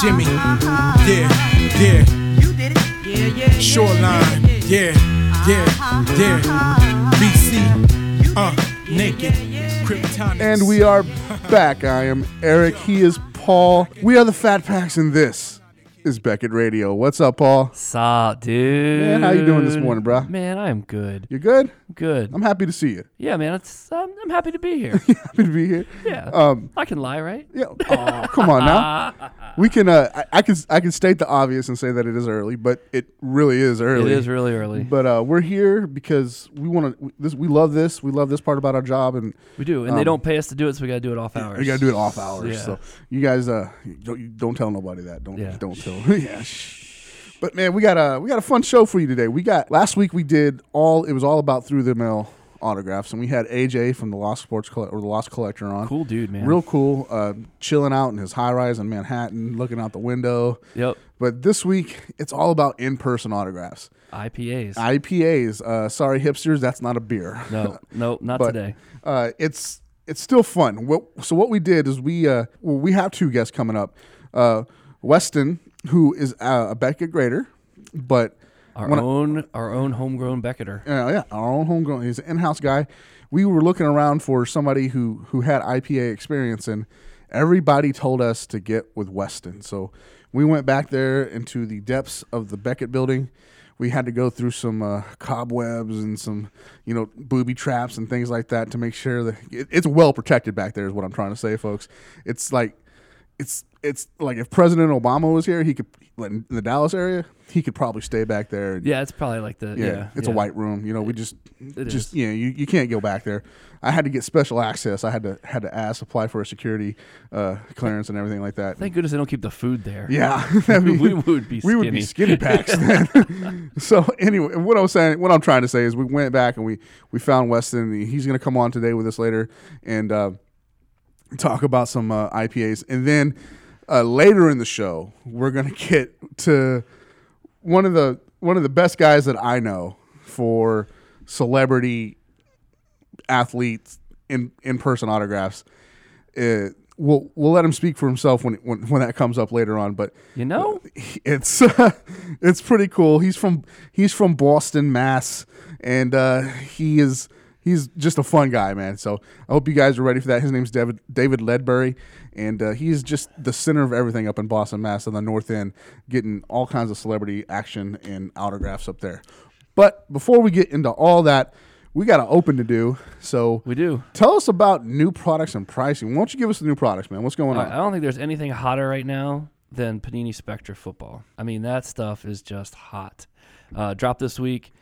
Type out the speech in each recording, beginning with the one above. Jimmy. Yeah, yeah. You did it. Yeah, yeah. yeah, Shoreline. yeah, Yeah, yeah, yeah. BC. Uh, naked. Kryptonics. And we are back. I am Eric. He is Paul. We are the Fat Packs, and this is Beckett Radio. What's up, Paul? Sup, dude? Man, how you doing this morning, bro? Man, I am good. You good? Good. I'm happy to see you. yeah, man, it's, I'm, I'm happy to be here. Happy to be here. yeah. Um, I can lie, right? yeah. Oh, come on now. We can. Uh, I, I can. I can state the obvious and say that it is early, but it really is early. It is really early. But uh, we're here because we want to. This we love this. We love this part about our job, and we do, and um, they don't pay us to do it, so we got to do it off hours. we gotta do it off hours. Yeah. So you guys, uh, don't you don't tell nobody that. Don't Yeah. don't tell. yeah. shh. But man, we got a we got a fun show for you today. We got last week we did all it was all about through the mail autographs, and we had AJ from the Lost Sports Colle- or the Lost Collector on. Cool dude, man. Real cool, uh, chilling out in his high rise in Manhattan, looking out the window. Yep. But this week, it's all about in person autographs. IPAs. IPAs. Uh, sorry, hipsters, that's not a beer. no, no, not but today. Uh, it's it's still fun. What, so what we did is we uh, well, we have two guests coming up. Uh, Weston, who is uh, a Beckett grader, but Our when I- own, our own homegrown Becketer. uh, yeah, our own homegrown. He's an in-house guy. We were looking around for somebody who who had IPA experience, and everybody told us to get with Weston. So we went back there into the depths of the Beckett building. We had to go through some uh, cobwebs and some, you know, booby traps and things like that to make sure that it, it's well protected back there. Is what I'm trying to say, folks. It's like it's it's like if President Obama was here, he could like in the Dallas area, he could probably stay back there. And, Yeah, it's probably like the yeah, yeah. it's a yeah. white room. You know, we just it just is. you know you, you can't go back there. I had to get special access. I had to had to ask apply for a security uh, clearance and everything like that. Thank goodness they don't keep the food there. yeah, I mean, we would be we would be skinny packs then. so anyway, what I was saying, what I'm trying to say is, we went back and we we found Weston. He's going to come on today with us later and uh, talk about some uh, IPAs, and then uh, later in the show, we're going to get to one of the one of the best guys that I know for celebrity athletes in in person autographs. Uh, we'll we'll let him speak for himself when when when that comes up later on. But You know? it's it's pretty cool. He's from he's from Boston, Mass, and uh, he is he's just a fun guy, man. So I hope you guys are ready for that. His name's David David Ledbury, and uh, he is just the center of everything up in Boston, Mass, on the North End, getting all kinds of celebrity action and autographs up there. But before we get into all that, we got an open to do. So We do. Tell us about new products and pricing. Why don't you give us the new products, man? What's going I- on? I don't think there's anything hotter right now than Panini Spectre football. I mean, that stuff is just hot. Uh, dropped this week.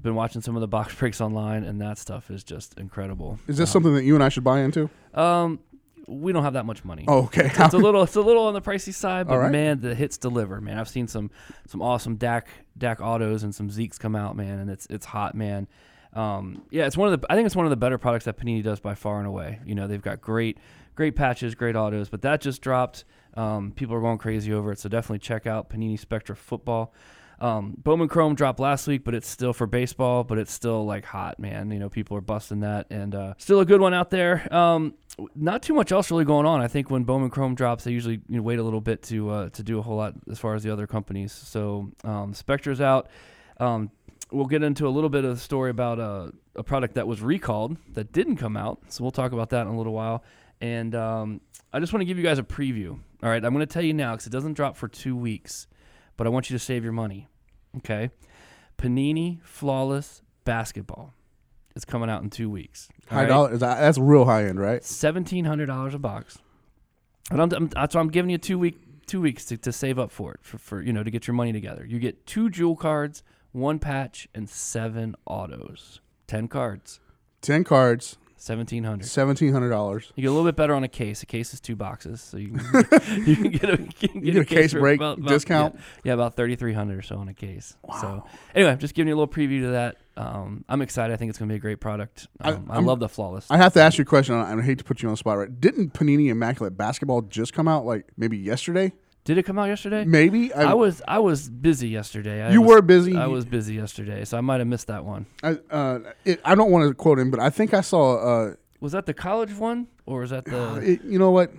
Been watching some of the box breaks online, and that stuff is just incredible. Is this something that you and I should buy into? Um, we don't have that much money. Oh, okay. It's a little, it's a little on the pricey side, but All right. man, the hits deliver, man. I've seen some, some awesome DAC DAC autos and some Zeeks come out, man, and it's it's hot, man. Um, yeah, it's one of the, I think it's one of the better products that Panini does by far and away. You know, they've got great, great patches, great autos, but that just dropped. Um, people are going crazy over it, so definitely check out Panini Spectra Football. Um, Bowman Chrome dropped last week, but it's still for baseball, but it's still like hot, man. You know, people are busting that, and uh, still a good one out there. Um, w- not too much else really going on. I think when Bowman Chrome drops, they usually you know, wait a little bit to uh, to do a whole lot as far as the other companies. So um, Spectra's out. Um, we'll get into a little bit of the story about a, a product that was recalled that didn't come out. So we'll talk about that in a little while. And um, I just want to give you guys a preview. All right, I'm going to tell you now because it doesn't drop for two weeks, but I want you to save your money. Okay, Panini Flawless Basketball is coming out in two weeks. all High right? dollar. Is that, that's real high end, right? seventeen hundred dollars a box. And I'm, I'm that's why I'm giving you two week two weeks to, to save up for it for, for you know to get your money together. You get two jewel cards, one patch, and seven autos. Ten cards, Ten cards, seventeen hundred. seventeen hundred dollars. You get a little bit better on a case. A case is two boxes, so you can, you can get a, you can get a case for break discount? Yeah, yeah, about thirty three hundred or so on a case. So anyway, I'm just giving you a little preview to that. Um, I'm excited. I think it's going to be a great product. I- Um, I, I'm- love the flawless. I have to ask you a question. and I hate to put you on the spot, right? Didn't Panini Immaculate Basketball just come out like maybe yesterday? Did it come out yesterday? Maybe I, was I was busy yesterday. I You was- were busy. I was busy yesterday, so I might have missed that one. I, uh, it, I don't want to quote him, but I think I saw. Uh, Was that the college one or was that the? it, you know what?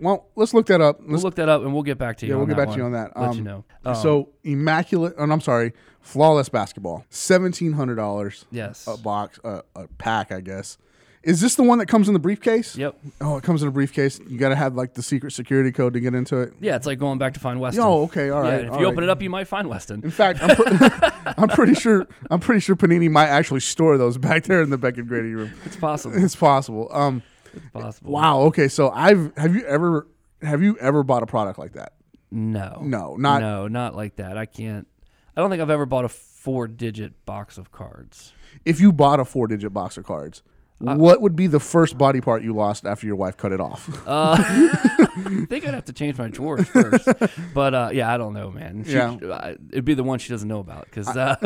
Well, let's look that up. Let's We'll look that up and we'll get back to you. Yeah, on we'll get that back to you on one. that. Let Um, you know. Um, so immaculate, and I'm sorry, flawless basketball, seventeen hundred dollars. Yes. a box, a, a pack, I guess. Is this the one that comes in the briefcase? Yep. Oh, it comes in a briefcase. You got to have like the secret security code to get into it. Yeah, it's like going back to find Weston. Oh, okay, all yeah, right. and if all you right. open it up, you might find Weston. in fact, I'm, pre- I'm pretty sure I'm pretty sure Panini might actually store those back there in the Beckett Grady room. It's possible. It's possible. Um, It's possible. wow. Okay, so I've have you ever have you ever bought a product like that? No. No, not- No, not like that. I can't. I don't think I've ever bought a four-digit box of cards. if you bought a four digit box of cards, Uh, what would be the first body part you lost after your wife cut it off? Uh, I think I'd have to change my drawers first. but uh, yeah, I don't know, man. She- Yeah. I- it'd be the one she doesn't know about because uh,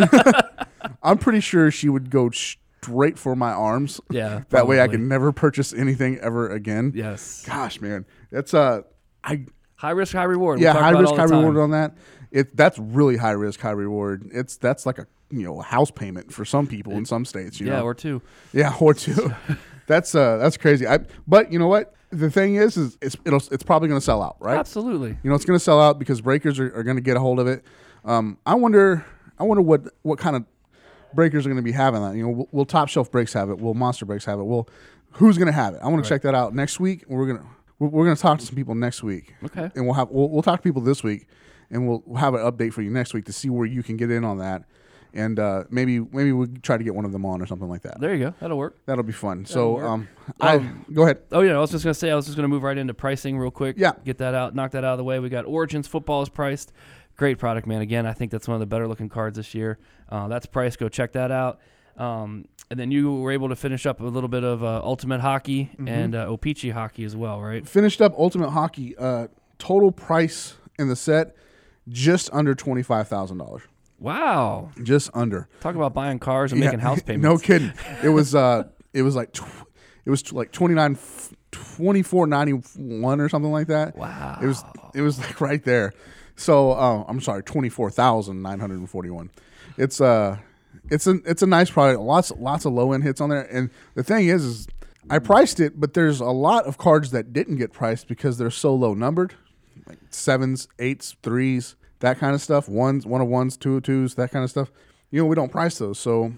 I'm pretty sure she would go straight for my arms. yeah. that way I probably. could never purchase anything ever again. Yes. Gosh, man, that's uh, I High risk, high reward. We yeah, talk high about it risk, all the high time. reward on that. It that's really high risk, high reward. It's that's like a you know house payment for some people in some states. You Yeah, know? or two. Yeah, or two. that's uh, that's crazy. I but you know what? The thing is, is it's it'll it's probably gonna sell out, right? Absolutely. You know, it's going to sell out because breakers are, are going to get a hold of it. Um, I wonder, I wonder what what kind of breakers are going to be having that. You know, will, will top shelf breaks have it? Will monster breaks have it? Will who's going to have it? I want to check that out next week. We're gonna we're, we're gonna talk to some people next week. Okay. and we'll have we'll, we'll talk to people this week, and we'll, we'll have an update for you next week to see where you can get in on that, and uh, maybe maybe we will try to get one of them on or something like that. There you go. That'll work. That'll be fun. so, work. um, I go ahead. Oh yeah, I was just gonna say I was just gonna move right into pricing real quick. Yeah. get that out, knock that out of the way. We got Origins football is priced. Great product, man. Again, I think that's one of the better looking cards this year. Uh, that's priced. Go check that out. Um, and then you were able to finish up a little bit of uh, Ultimate Hockey Mm-hmm. and uh, Opeachy Hockey as well, right? finished up Ultimate Hockey. Uh, total price in the set, just under twenty five thousand dollars. Wow, Just under. talk about buying cars and making Yeah. house payments. no kidding. It was uh, it was like, tw- it was like twenty nine. 2491 or something like that. Wow. It was it was like right there. So, uh, I'm sorry, 24,941. It's uh it's a it's a nice product. Lots lots of low end hits on there. And the thing is is I priced it, but there's a lot of cards that didn't get priced because they're so low numbered. Like sevens, eights, threes, that kind of stuff. Ones, one of ones, two of twos, that kind of stuff. You know, we don't price those. So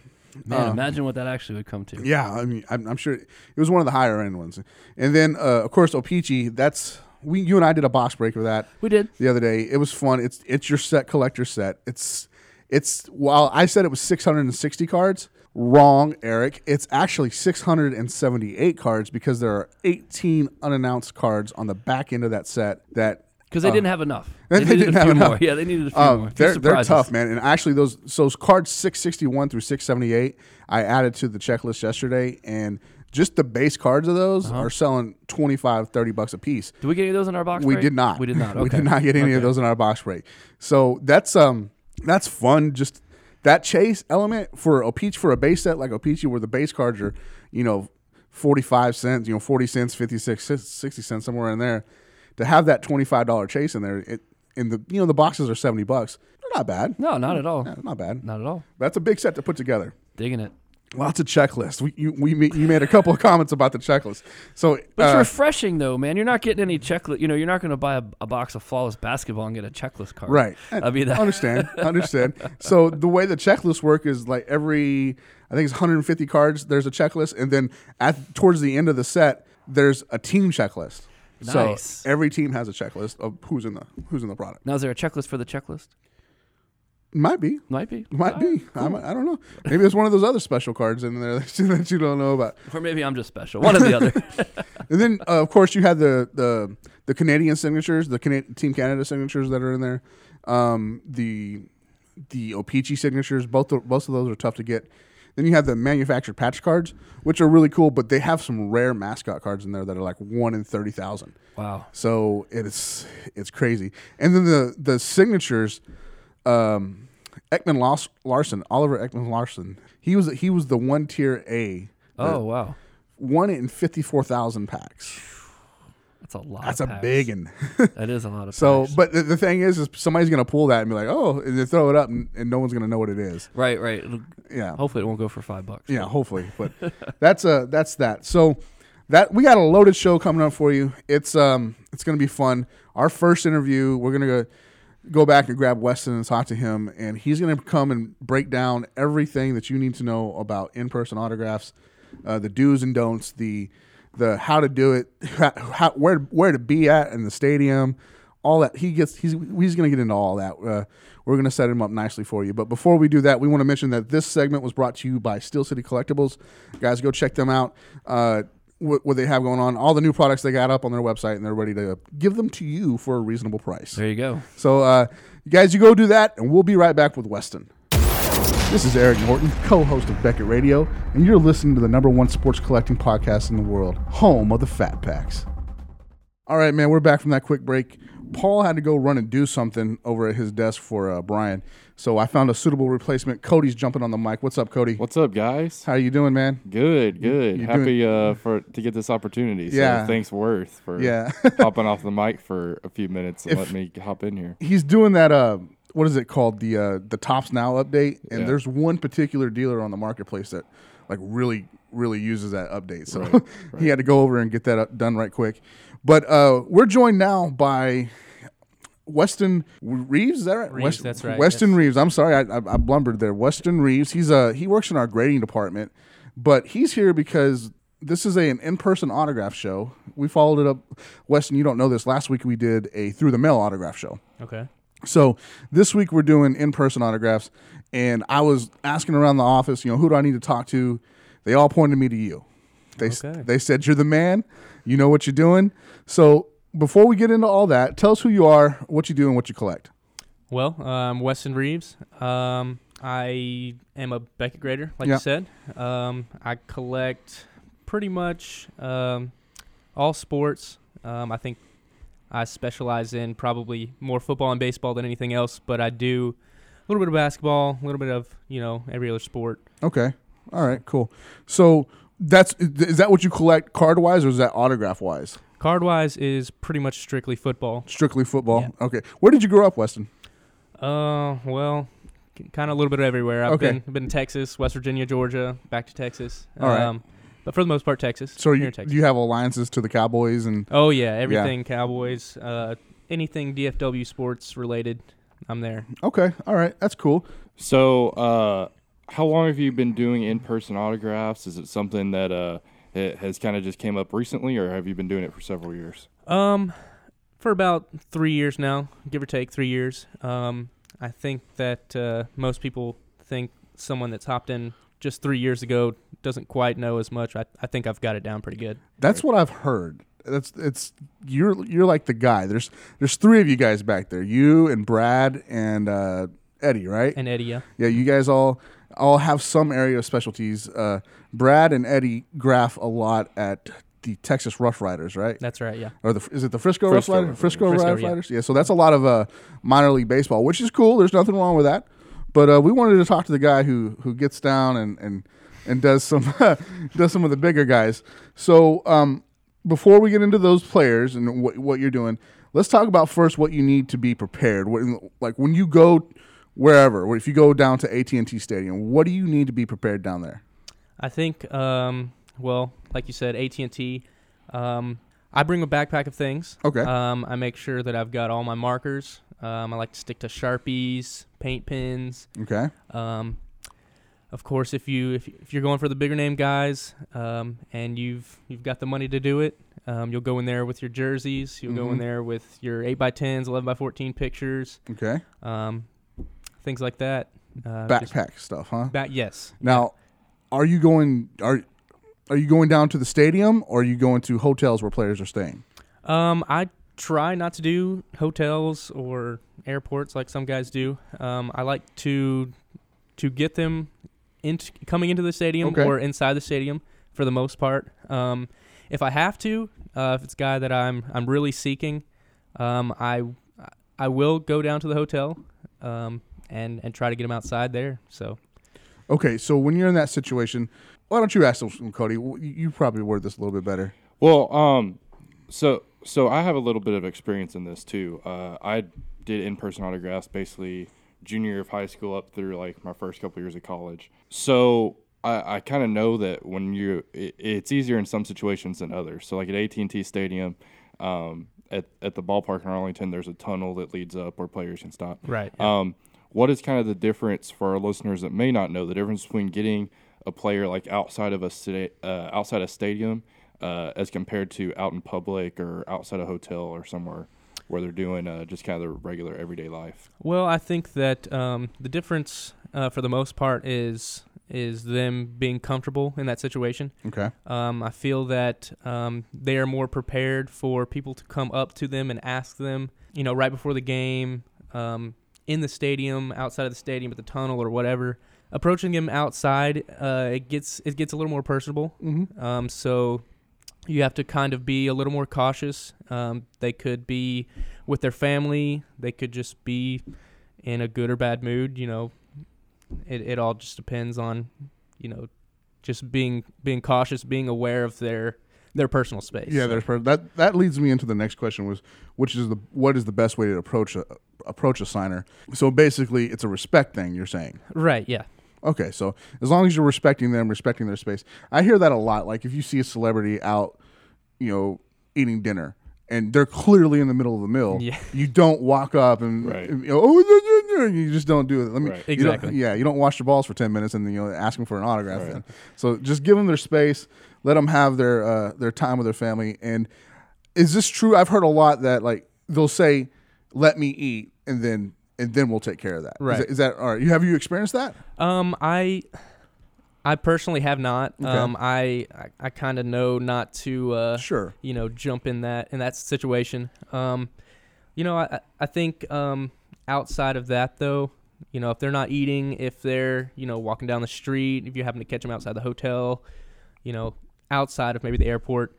man, Uh, imagine what that actually would come to. yeah, I mean, I'm, I'm sure it was one of the higher end ones. And then, uh, of course, Opeachy. That's we, you and I did a box break of that We did. the other day. It was fun. It's it's your set collector set. It's it's while I said it was 660 cards, wrong, Eric. It's actually 678 cards because there are 18 unannounced cards on the back end of that set that Because they didn't have enough. Uh, they needed didn't a have few enough. more. Yeah, they needed a few um, more. Few They're, they're surprises. tough, man. And actually, those so those cards 661 through 678, I added to the checklist yesterday, and just the base cards of those Uh-huh. are selling 25, 30 bucks a piece. Did we get any of those in our box? We break? did not. We did not. Okay. we did not get any of those in our box break. So that's um that's fun. Just that chase element for a peach for a base set like a peachy where the base cards are, you know, forty five cents, you know, forty cents, 56, cents, 60 cents somewhere in there. To have that twenty five dollar chase in there, it and the you know the boxes are seventy bucks. They're not bad. No, not at all. Not bad. Not at all. That's a big set to put together Digging it. lots of checklists. We, you, we, ma- you made a couple of comments about the checklist. So, But it's uh, refreshing though, man. You're not getting any checklist. You know, you're not going to buy a, a box of flawless basketball and get a checklist card. right. I mean, that, understand, understand. So the way the checklists work is like every, I think it's 150 cards. There's a checklist, and then at towards the end of the set, there's a team checklist. Nice. So every team has a checklist of who's in the who's in the product. now is there a checklist for the checklist? Might be. Might be. Might be. I, might- I don't know. Maybe it's one of those other special cards in there that you, that you don't know about. Uh, Or maybe I'm just special. One or the other. And then, uh, of course, you had the the the Canadian signatures, the Cana- Team Canada signatures that are in there. Um, the the Opeachy signatures, both the, both of those are tough to get. Then you have the manufactured patch cards, which are really cool, but they have some rare mascot cards in there that are like one in thirty thousand. Wow. So it's it's crazy. And then the the signatures, um, Ekman Lars- Larson, Oliver Ekman Larson, he was he was the one tier A. Oh wow, One in fifty four thousand packs. that's a lot. That's of a packs. big one. That is a lot of. so, packs. but the, the thing is, is somebody's gonna pull that and be like, "Oh," and they throw it up, and, and no one's gonna know what it is. right, right. It'll- Yeah, Hopefully, it won't go for five bucks. yeah, hopefully. But that's uh that's that. So, that we got a loaded show coming up for you. It's um it's gonna be fun. Our first interview, we're gonna go go back and grab Weston and talk to him, and he's gonna come and break down everything that you need to know about in person autographs, uh, the do's and don'ts, the the how to do it, how, where where to be at in the stadium, all that he gets he's he's going to get into all that uh, we're going to set him up nicely for you but before we do that we want to mention that this segment was brought to you by steel city collectibles guys go check them out uh, what, what they have going on all the new products they got up on their website and they're ready to give them to you for a reasonable price There you go. so uh, guys you go do that and we'll be right back with weston this is Eric Norton, co host of Beckett Radio, and you're listening to the number one sports collecting podcast in the world, home of the Fat Packs. All right, man, we're back from that quick break. Paul had to go run and do something over at his desk for uh, Brian, so I found a suitable replacement. Cody's jumping on the mic. What's up, Cody? What's up, guys? How you doing, man? Good, good. you Happy uh, for to get this opportunity. So Yeah. thanks, Worth, for Yeah. popping off the mic for a few minutes and If- letting me hop in here. He's doing that. Uh, what is it called? The uh, the Tops Now update, and Yeah. there's one particular dealer on the marketplace that like really really uses that update. So Right, he had to go over and get that up, done right quick. But uh, we're joined now by Weston Reeves. Is that right? Reeves, that's right, Weston yes. Reeves. I'm sorry, I, I, I blumbered there. Weston Reeves. He's uh he works in our grading department, but he's here because this is a, an in-person autograph show. We followed it up. Weston, you don't know this. Last week we did a through the mail autograph show. Okay. So this week we're doing in-person autographs, and I was asking around the office, you know, who do I need to talk to? They all pointed me to you. They s- Okay. they said you're the man. You know what you're doing. So before we get into all that, tell us who you are, what you do, and what you collect. Well, um, Weston Reeves. Um, I am a Beckett grader, like Yeah. you said. Um, I collect pretty much um, all sports. Um, I think I specialize in probably more football and baseball than anything else, but I do a little bit of basketball, a little bit of you know every other sport. Okay. All right. Cool. So that's is that what you collect card wise, or is that autograph wise? Card wise is pretty much strictly football. Strictly football. Okay. Where did you grow up, Weston? Uh, well, kind of a little bit everywhere. I've Okay. been been in Texas, West Virginia, Georgia, back to Texas. Um, All right. but for the most part, Texas. So Here you, in Texas. do you have alliances to the Cowboys and oh yeah, everything Cowboys, uh, anything DFW sports related, I'm there. okay. All right. That's cool. So, uh, how long have you been doing in-person autographs? Is it something that uh, it has kind of just came up recently, or have you been doing it for several years? Um, for about three years now, give or take three years. Um, I think that uh, most people think someone that's hopped in just three years ago doesn't quite know as much. I, I think I've got it down pretty good. That's what I've heard. That's it's you're you're like the guy. There's there's three of you guys back there. You and Brad and uh, Eddie, right? And Eddie, yeah. yeah, you guys all all have some area of specialties. Uh, Brad and Eddie graph a lot at the Texas Rough Riders, right? that's right, yeah. or the is it the Frisco, Frisco Rough Rough Riders? Riders. Frisco, Frisco, Rough yeah. Riders. Yeah, so that's a lot of uh, minor league baseball, which is cool. There's nothing wrong with that. But uh, we wanted to talk to the guy who who gets down and and and does some does some of the bigger guys. So um, before we get into those players and what what you're doing, let's talk about first what you need to be prepared. What, like when you go wherever, if you go down to AT and T Stadium, what do you need to be prepared down there? I think, um, well, like you said, AT and T. Um, I bring a backpack of things. Okay. Um, I make sure that I've got all my markers. Um, I like to stick to sharpies, paint pens. Okay, Um, of course, if you if, if you're going for the bigger name guys, um, and you've you've got the money to do it, um, you'll go in there with your jerseys. You'll go in Mhm. there with your eight by tens, eleven by fourteen pictures, okay, um, things like that. Uh, just backpack stuff, huh? Ba- yes. Now, are you going are are you going down to the stadium or are you going to hotels where players are staying? Um, I try not to do hotels or airports like some guys do. Um, I like to to get them into coming into the stadium Okay. or inside the stadium for the most part. Um, if I have to, uh, if it's a guy that I'm I'm really seeking, um, I I will go down to the hotel um, and and try to get them outside there. So Okay, so when you're in that situation, why don't you ask them, Cody? W- You probably word this a little bit better. Well, um, so so I have a little bit of experience in this too. Uh, I did in-person autographs basically junior year of high school up through like my first couple years of college. So I, I kind of know that when you, it, it's easier in some situations than others. So like at AT and T Stadium, um, at at the ballpark in Arlington, there's a tunnel that leads up where players can stop. Right. Um, what is kind of the difference for our listeners that may not know the difference between getting a player like outside of a sta- uh, outside a stadium uh, as compared to out in public or outside a hotel or somewhere where they're doing uh, just kind of their regular everyday life? Well, I think that um, the difference, uh, for the most part, is is them being comfortable in that situation. Okay. Um, I feel that um, they are more prepared for people to come up to them and ask them, you know, right before the game, um, in the stadium, outside of the stadium, at the tunnel or whatever. Approaching them outside, uh, it gets it gets a little more personable. Mm-hmm. Um, so you have to kind of be a little more cautious. Um, they could be with their family. They could just be in a good or bad mood. You know, it, it all just depends on, you know, just being being cautious, being aware of their their personal space. Yeah, there's per- that. That leads me into the next question was, which is the what is the best way to approach a approach a signer? So basically, it's a respect thing. You're saying. right. Yeah. Okay, so as long as you're respecting them, respecting their space, I hear that a lot. Like if you see a celebrity out, you know, eating dinner, and they're clearly in the middle of the meal, Yeah. you don't walk up and, Right. and, you know, oh, yeah, yeah, yeah," and you just don't do it. Let me Right. you don't- Exactly. yeah, you don't wash your balls for ten minutes and then you know, ask them for an autograph. Right. Then. So just give them their space, let them have their uh, their time with their family. And is this true? I've heard a lot that like they'll say, "Let me eat," and then. And then we'll take care of that. Is Right. that- Is that all right? You have you experienced that? Um, I, I personally have not. Um, I, I, I kind of know not to. Uh, Sure. You know, jump in that in that situation. Um, you know, I, I think um, outside of that though, you know, if they're not eating, if they're you know walking down the street, if you happen to catch them outside the hotel, you know, outside of maybe the airport,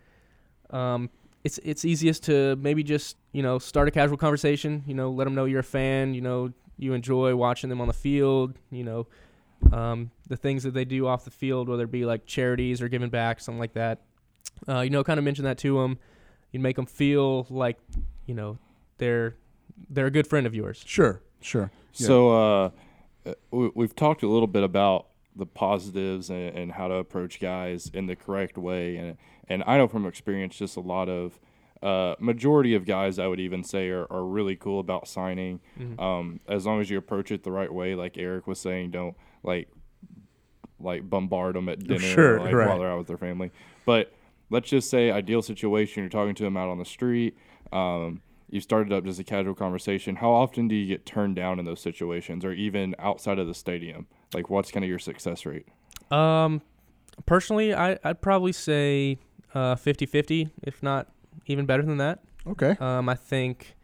um, it's it's easiest to maybe just you know start a casual conversation. You know, let them know you're a fan. You know, you enjoy watching them on the field. You know, um, the things that they do off the field, whether it be like charities or giving back, something like that. Uh, you know, kind of mention that to them. You make them feel like you know they're they're a good friend of yours. Sure, sure. So uh, uh, we, we've talked a little bit about the positives and, and how to approach guys in the correct way, and and I know from experience just a lot of uh, majority of guys I would even say are, are really cool about signing, Mm-hmm. um, as long as you approach it the right way. Like Eric was saying, don't like like bombard them at dinner Sure, like, right. while they're out with their family. But let's just say ideal situation, you're talking to them out on the street. Um, you started up just a casual conversation. How often do you get turned down in those situations or even outside of the stadium? Like what's kind of your success rate? Um, personally, I I'd probably say uh, 50-50, if not even better than that. Okay. Um, I think,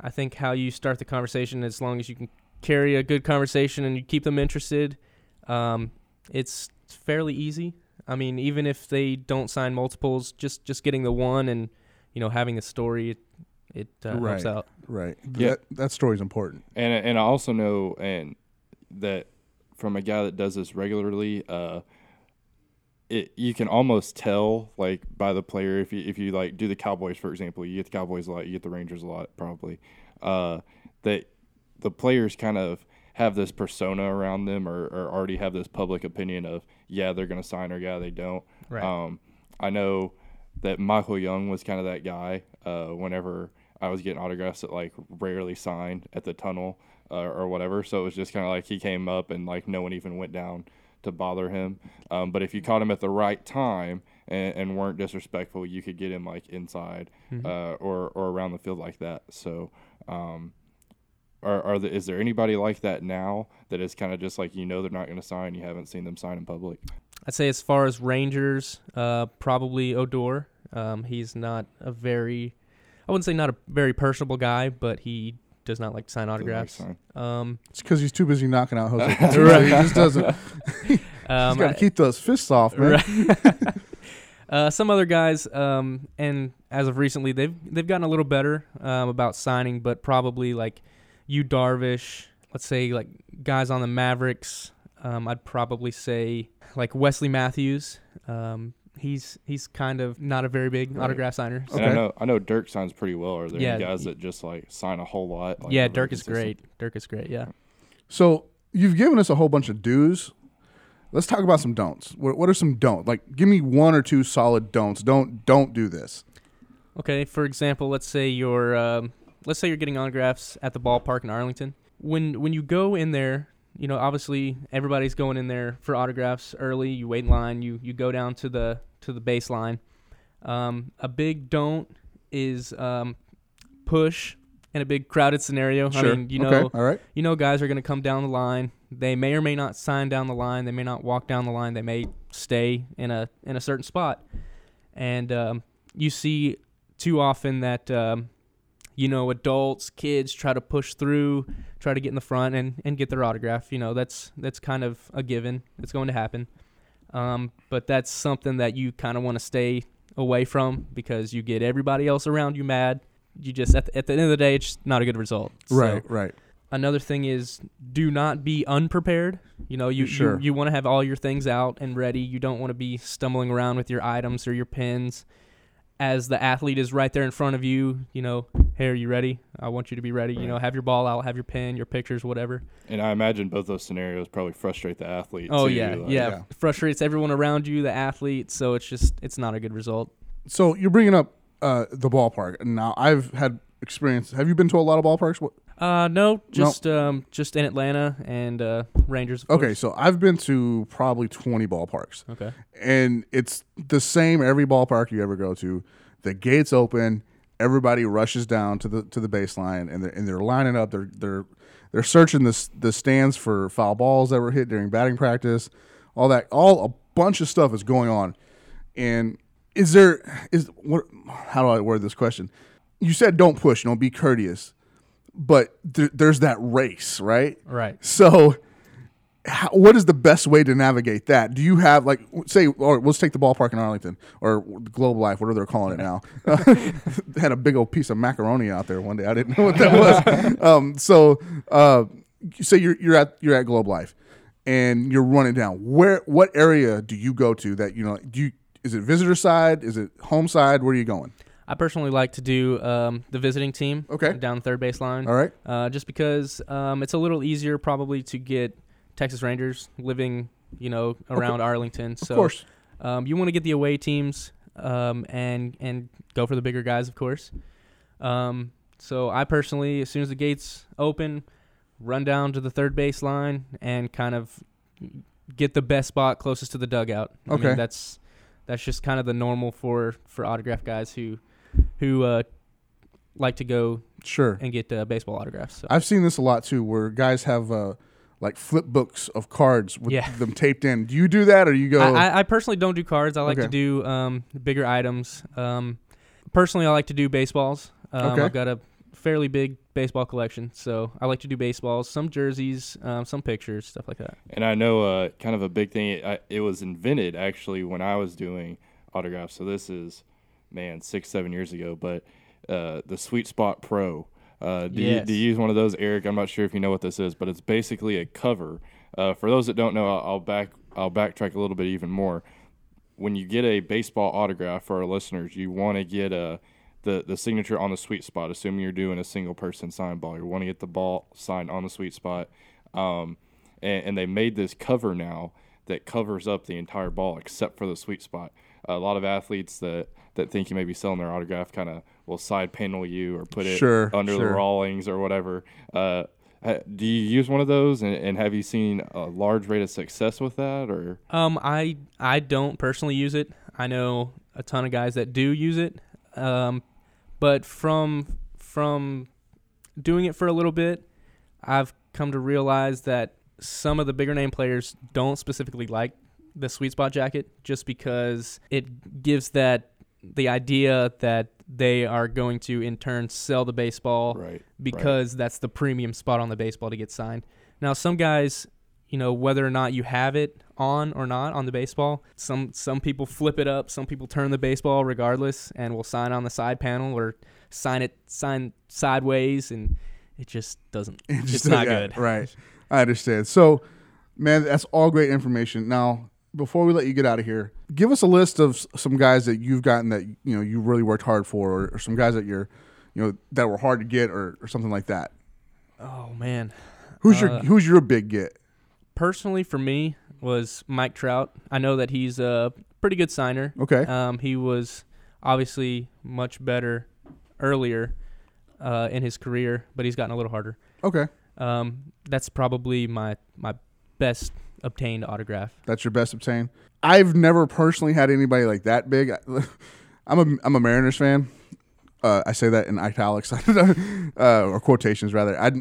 I think how you start the conversation, as long as you can carry a good conversation and you keep them interested, um, it's fairly easy. I mean, even if they don't sign multiples, just just getting the one and you know having the story, it, it uh, Right. helps out. Right. Yeah. That, that story's important. And and I also know and that from a guy that does this regularly, uh, it you can almost tell like by the player if you if you like do the Cowboys for example, you get the Cowboys a lot, you get the Rangers a lot probably, uh, that the players kind of have this persona around them or, or already have this public opinion of yeah they're gonna sign or yeah they don't. Right. Um, I know that Michael Young was kind of that guy. Uh, whenever I was getting autographs that like rarely signed at the tunnel uh, or whatever, so it was just kind of like he came up and like no one even went down to bother him. Um, but if you caught him at the right time and, and weren't disrespectful, you could get him like inside uh, or or around the field like that. So. Um, are, are the, is there anybody like that now that is kind of just like you know they're not going to sign you haven't seen them sign in public I'd say as far as Rangers, uh, probably Odor. Um, he's not a very, I wouldn't say not a very personable guy, but he does not like to sign autographs. sign. Um, It's because he's too busy knocking out Jose. Right. He just doesn't. um, he's got to I- keep those fists off, man. Uh, some other guys, um, and as of recently, they've they've gotten a little better um, about signing, but probably like you Darvish, let's say like guys on the Mavericks. Um, I'd probably say like Wesley Matthews. Um, he's he's kind of not a very big autograph signer. so- And I know I know Dirk signs pretty well. Are there Yeah. any guys that just like sign a whole lot? like, yeah, are very Dirk is consistent? great. Dirk is great. Yeah. So you've given us a whole bunch of do's. Let's talk about some don'ts. What, what are some don't? Like, give me one or two solid don'ts. Don't don't do this. Okay, for example, let's say you're um, let's say you're getting autographs at the ballpark in Arlington. When when you go in there, you know, obviously everybody's going in there for autographs early. You wait in line. You you go down to the to the baseline. Um, a big don't is um, push in a big crowded scenario. I mean, you know, okay. All right. you know guys are going to come down the line they may or may not sign down the line they may not walk down the line they may stay in a in a certain spot and um, you see too often that um, you know adults kids try to push through try to get in the front and and get their autograph you know that's that's kind of a given it's going to happen um, but that's something that you kind of want to stay away from because you get everybody else around you mad you just at the, at the end of the day it's just not a good result So- Right. right. another thing is do not be unprepared you know you Sure. you, you want to have all your things out and ready you don't want to be stumbling around with your items or your pins as the athlete is right there in front of you you know hey are you ready i want you to be ready you know have your ball out have your pin your pictures whatever And I imagine both those scenarios probably frustrate the athlete. oh too, yeah, like- yeah uh, Yeah. frustrates everyone around you the athlete so it's just it's not a good result So you're bringing up uh, the ballpark. Now I've had experience. Have you been to a lot of ballparks? What, uh no just um just in atlanta and uh rangers of okay, course. so I've been to probably 20 ballparks. okay and it's the same every ballpark you ever go to. The gates open, everybody rushes down to the to the baseline, and they're and they're lining up. They're they're they're searching the s- the stands for foul balls that were hit during batting practice, all that, all a bunch of stuff is going on. And is there is what? How do I word this question? You said don't push, you know, be courteous, but there, there's that race, right? right So, how, what is the best way to navigate that? Do you have like w- say, or let's take the ballpark in Arlington or Globe Life, whatever they're calling it now. They had a big old piece of macaroni out there one day. I didn't know what that was. um, so, uh, say you're you're at you're at Globe Life, and you're running down. Where what area do you go to that you know? Do you is it visitor side? Is it home side? Where are you going? I personally like to do um, the visiting team. Okay. Down third baseline. All right. Uh, just because um, it's a little easier probably to get Texas Rangers living, you know, around Arlington. So of course. um, you want to get the away teams um, and and go for the bigger guys, of course. Um, so I personally, as soon as the gates open, run down to the third baseline and kind of get the best spot closest to the dugout. I mean, Okay. that's that's just kind of the normal for for autograph guys who who uh, like to go Sure. and get uh, baseball autographs. So. I've seen this a lot too, where guys have uh, like flip books of cards with Yeah. them taped in. Do you do that, or you go? I, I- I personally don't do cards. I like Okay. to do um, bigger items. Um, personally, I like to do baseballs. Um, Okay. I've got a fairly big baseball collection, so I like to do baseballs, some jerseys, um, some pictures, stuff like that. And I know uh, kind of a big thing. It, I, it was invented actually when I was doing autographs. So this is, man, six seven years ago. But uh, the Sweet Spot Pro. Uh, do, you, Yes. do you use one of those, Eric? I'm not sure if you know what this is, but it's basically a cover. Uh, for those that don't know, I'll, I'll back I'll backtrack a little bit even more. When you get a baseball autograph for our listeners, you want to get a the, the signature on the sweet spot. Assuming you're doing a single person signed ball, you want to get the ball signed on the sweet spot. Um, and, and they made this cover now that covers up the entire ball except for the sweet spot. A lot of athletes that, that think you may be selling their autograph kind of will side panel you or put it Sure, under the sure. Rawlings or whatever. Uh, ha- do you use one of those, and, and have you seen a large rate of success with that? Or Um, I I don't personally use it. I know a ton of guys that do use it. Um, but from from doing it for a little bit, I've come to realize that some of the bigger name players don't specifically like the sweet spot jacket just because it gives that the idea that they are going to in turn sell the baseball right, because that's the premium spot on the baseball to get signed. Now, some guys, you know, whether or not you have it on or not on the baseball, some some people flip it up, some people turn the baseball regardless, and will sign on the side panel or sign it sign sideways, and it just doesn't. it's not Yeah, good. Right. I understand. So, man, that's all great information. Now, before we let you get out of here, give us a list of s- some guys that you've gotten that you know you really worked hard for, or, or some guys that you're, you know, that were hard to get, or, or something like that. Oh man, Who's your Uh, Who's your big get? personally for me, was Mike Trout. I know that he's a pretty good signer. Okay. Um, he was obviously much better earlier uh, in his career, but he's gotten a little harder. okay. Um, that's probably my my best obtained autograph. That's your best obtain. I've never personally had anybody like that big. I'm a I'm a Mariners fan. Uh, I say that in italics uh, or quotations rather. I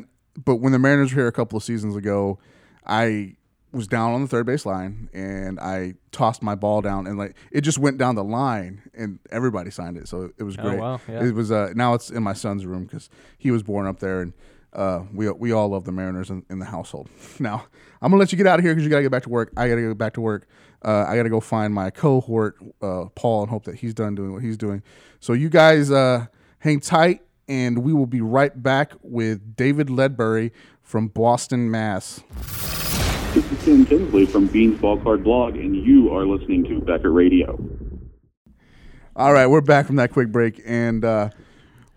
but when the Mariners were here a couple of seasons ago, I was down on the third base line and I tossed my ball down and like it just went down the line and everybody signed it. So it was Oh, great. wow. Yeah. It was uh, now it's in my son's room because he was born up there and. Uh, we we all love the Mariners in, in the household. Now I'm gonna let you get out of here because you gotta get back to work. I gotta go back to work. Uh, I gotta go find my cohort uh, Paul and hope that he's done doing what he's doing. So you guys uh, hang tight, and we will be right back with David Ledbury from Boston, Mass. This is Tim Tinsley from Bean's Ball Card Blog, and you are listening to Becker Radio. All right, we're back from that quick break, and uh,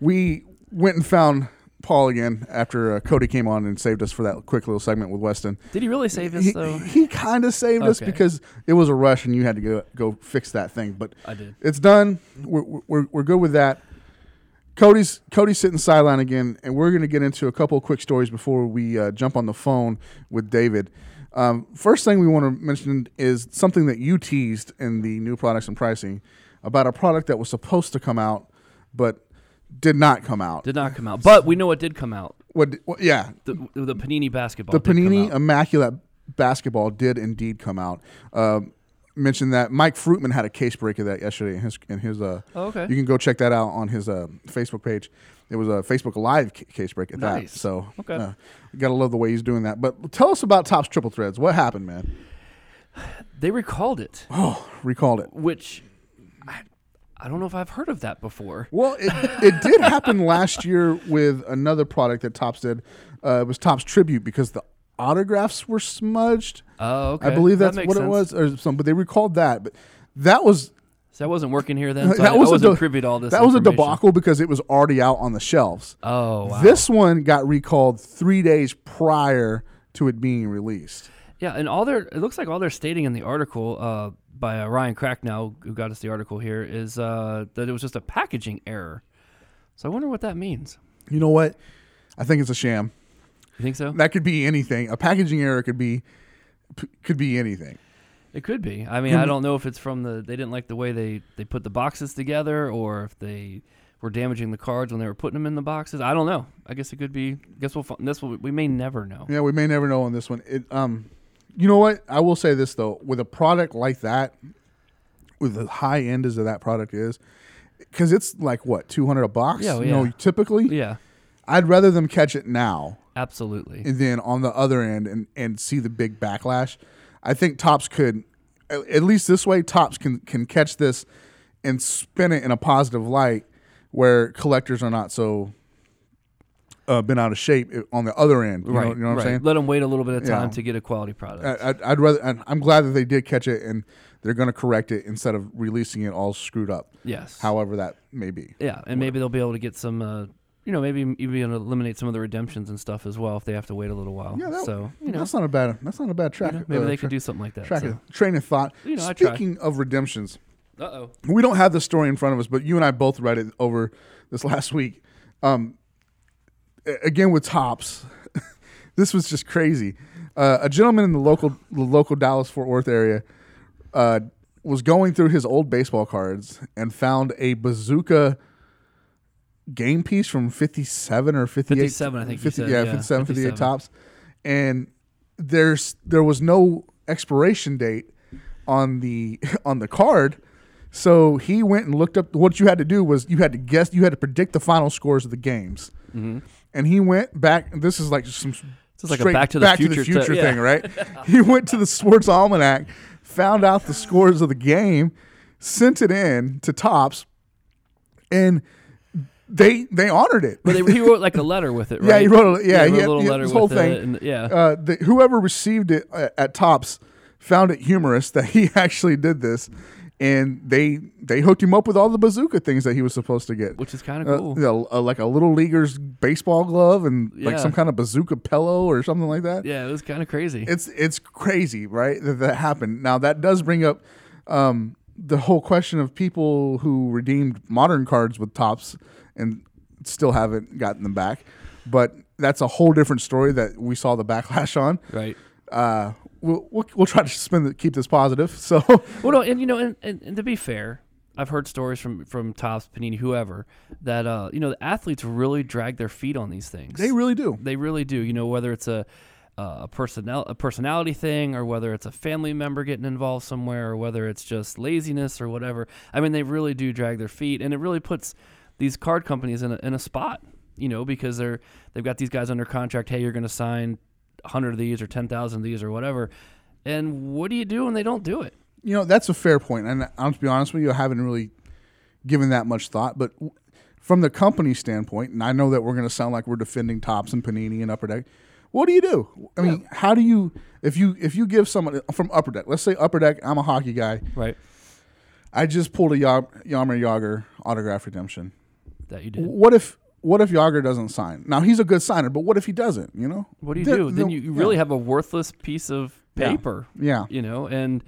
we went and found Paul again after uh, Cody came on and saved us for that quick little segment with Weston. Did he really save us He, though? he kind of saved us Okay. because it was a rush and you had to go go fix that thing. But I did. It's done. We're, we're, we're good with that. Cody's Cody's sitting sideline again, and we're going to get into a couple of quick stories before we uh, jump on the phone with David. Um, first thing we want to mention is something that you teased in the new products and pricing about a product that was supposed to come out but did not come out. Did not come out, but we know what did come out. what, what? Yeah, The, the Panini basketball. the did come Panini um, out. Immaculate Basketball did indeed come out. Um, mentioned that Mike Fruitman had a case break of that yesterday in his in his uh. Oh, okay. You can go check that out on his uh, Facebook page. It was a Facebook Live ca- case break at Nice. that. So Okay. uh, you gotta love the way he's doing that. But tell us about Topps Triple Threads. What happened, man? They recalled it, Oh, recalled it. which I, I don't know if I've heard of that before. Well, it, it did happen last year with another product that Topps did. Uh, it was Topps Tribute because the autographs were smudged. Oh, okay. I believe That that's makes what it sense. was, or something. But they recalled that. But that was So I wasn't working here then. So I, that was I a wasn't de- privy to all this. That was a information. debacle because it was already out on the shelves. Oh, wow. This one got recalled three days prior to it being released. Yeah, and all they're it looks like all they're stating in the article uh, by uh, Ryan Cracknell, who got us the article here, is uh, that it was just a packaging error. So I wonder what that means. You know what? I think it's a sham. You think so? That could be anything. A packaging error could be p- could be anything. It could be. I Hmm. mean, I don't know if it's from the they didn't like the way they they put the boxes together, or if they were damaging the cards when they were putting them in the boxes. I don't know. I guess it could be. I guess we'll fi- this will, we may never know. Yeah, we may never know on this one. It um you know what? I will say this though, with a product like that, with the high end as of that product is, because it's like what, two hundred a box? Yeah, well, you know, yeah. typically. Yeah, I'd rather them catch it now absolutely. and then on the other end and, and see the big backlash. I think Tops could, at at least this way, Tops can can catch this and spin it in a positive light where collectors are not so uh, been out of shape i- on the other end. You know- you know what right. I'm saying? Let them wait a little bit of Yeah. Uh, time to get a quality product. I, I'd, I'd rather. I'm- I'm glad that they did catch it and they're going to correct it instead of releasing it all screwed up. yes. However that may be. Yeah, and maybe they'll be able to get some, uh, you know, maybe even eliminate some of the redemptions and stuff as well if they have to wait a little while. Yeah, that, so you know, that's not a bad. That's not a bad track. maybe uh, they tra- could do something like that. track of- train of thought. You know, I try. Speaking of redemptions. Uh oh, we don't have the story in front of us, but you and I both read it over this last week. Um, a- again with tops, this was just crazy. Uh, a gentleman in the local the local Dallas Fort Worth area uh, was going through his old baseball cards and found a bazooka game piece from 57 or 58 57, I think you said, yeah, yeah, 57 58 57. tops and there's there was no expiration date on the on the card so he went and looked up what you had to do was you had to guess you had to predict the final scores of the games and he went back this is like just some Mm-hmm. is like a straight Back to the Future type- yeah. thing right he went to the sports almanac found out the scores of the game sent it in to tops and they they honored it but they, he wrote like a letter with it, right? yeah, he wrote a, yeah, he he wrote had- a little he had letter this with whole it, thing. and yeah, uh, the, uh, whoever received it at, at Tops found it humorous that he actually did this, and they they hooked him up with all the bazooka things that he was supposed to get, Which is kinda Uh, cool. yeah, l- uh, like a little leaguer's baseball glove and like Yeah. some kind of bazooka pillow or something like that. Yeah, it was kind of crazy. It's it's crazy, right? That that happened. Now that does bring up um, the whole question of people who redeemed modern cards with tops and still haven't gotten them back. But that's a whole different story that we saw the backlash on. right. Uh, we'll, we'll we'll try to spin the, keep this positive. So Well, no, and you know, and, and, and to be fair, I've heard stories from from Tops, Panini, whoever, that uh, you know, the athletes really drag their feet on these things. they really do. They really do. You know, whether it's a a personnel a personality thing, or whether it's a family member getting involved somewhere, or whether it's just laziness or whatever. I mean, they really do drag their feet, and it really puts these card companies in a, in a spot. You know, because they're they've got these guys under contract. Hey, you're going to sign hundred of these or ten thousand of these or whatever. And what do you do when they don't do it? You know that's a fair point, and I'm to be honest with you, I haven't really given that much thought, but. w- From the company standpoint, and I know that we're going to sound like we're defending Tops and Panini and Upper Deck. What do you do? I mean, how do you if you if you give someone uh, from Upper Deck, let's say Upper Deck, I'm a hockey guy. Right. I just pulled a Yam- Yammer Yager autograph redemption. that you did. What if what if Yager doesn't sign? Now he's a good signer, but what if he doesn't? You know, What do you Th- do? Then th- you, you really yeah. have a worthless piece of Yeah. paper. Yeah. You know, and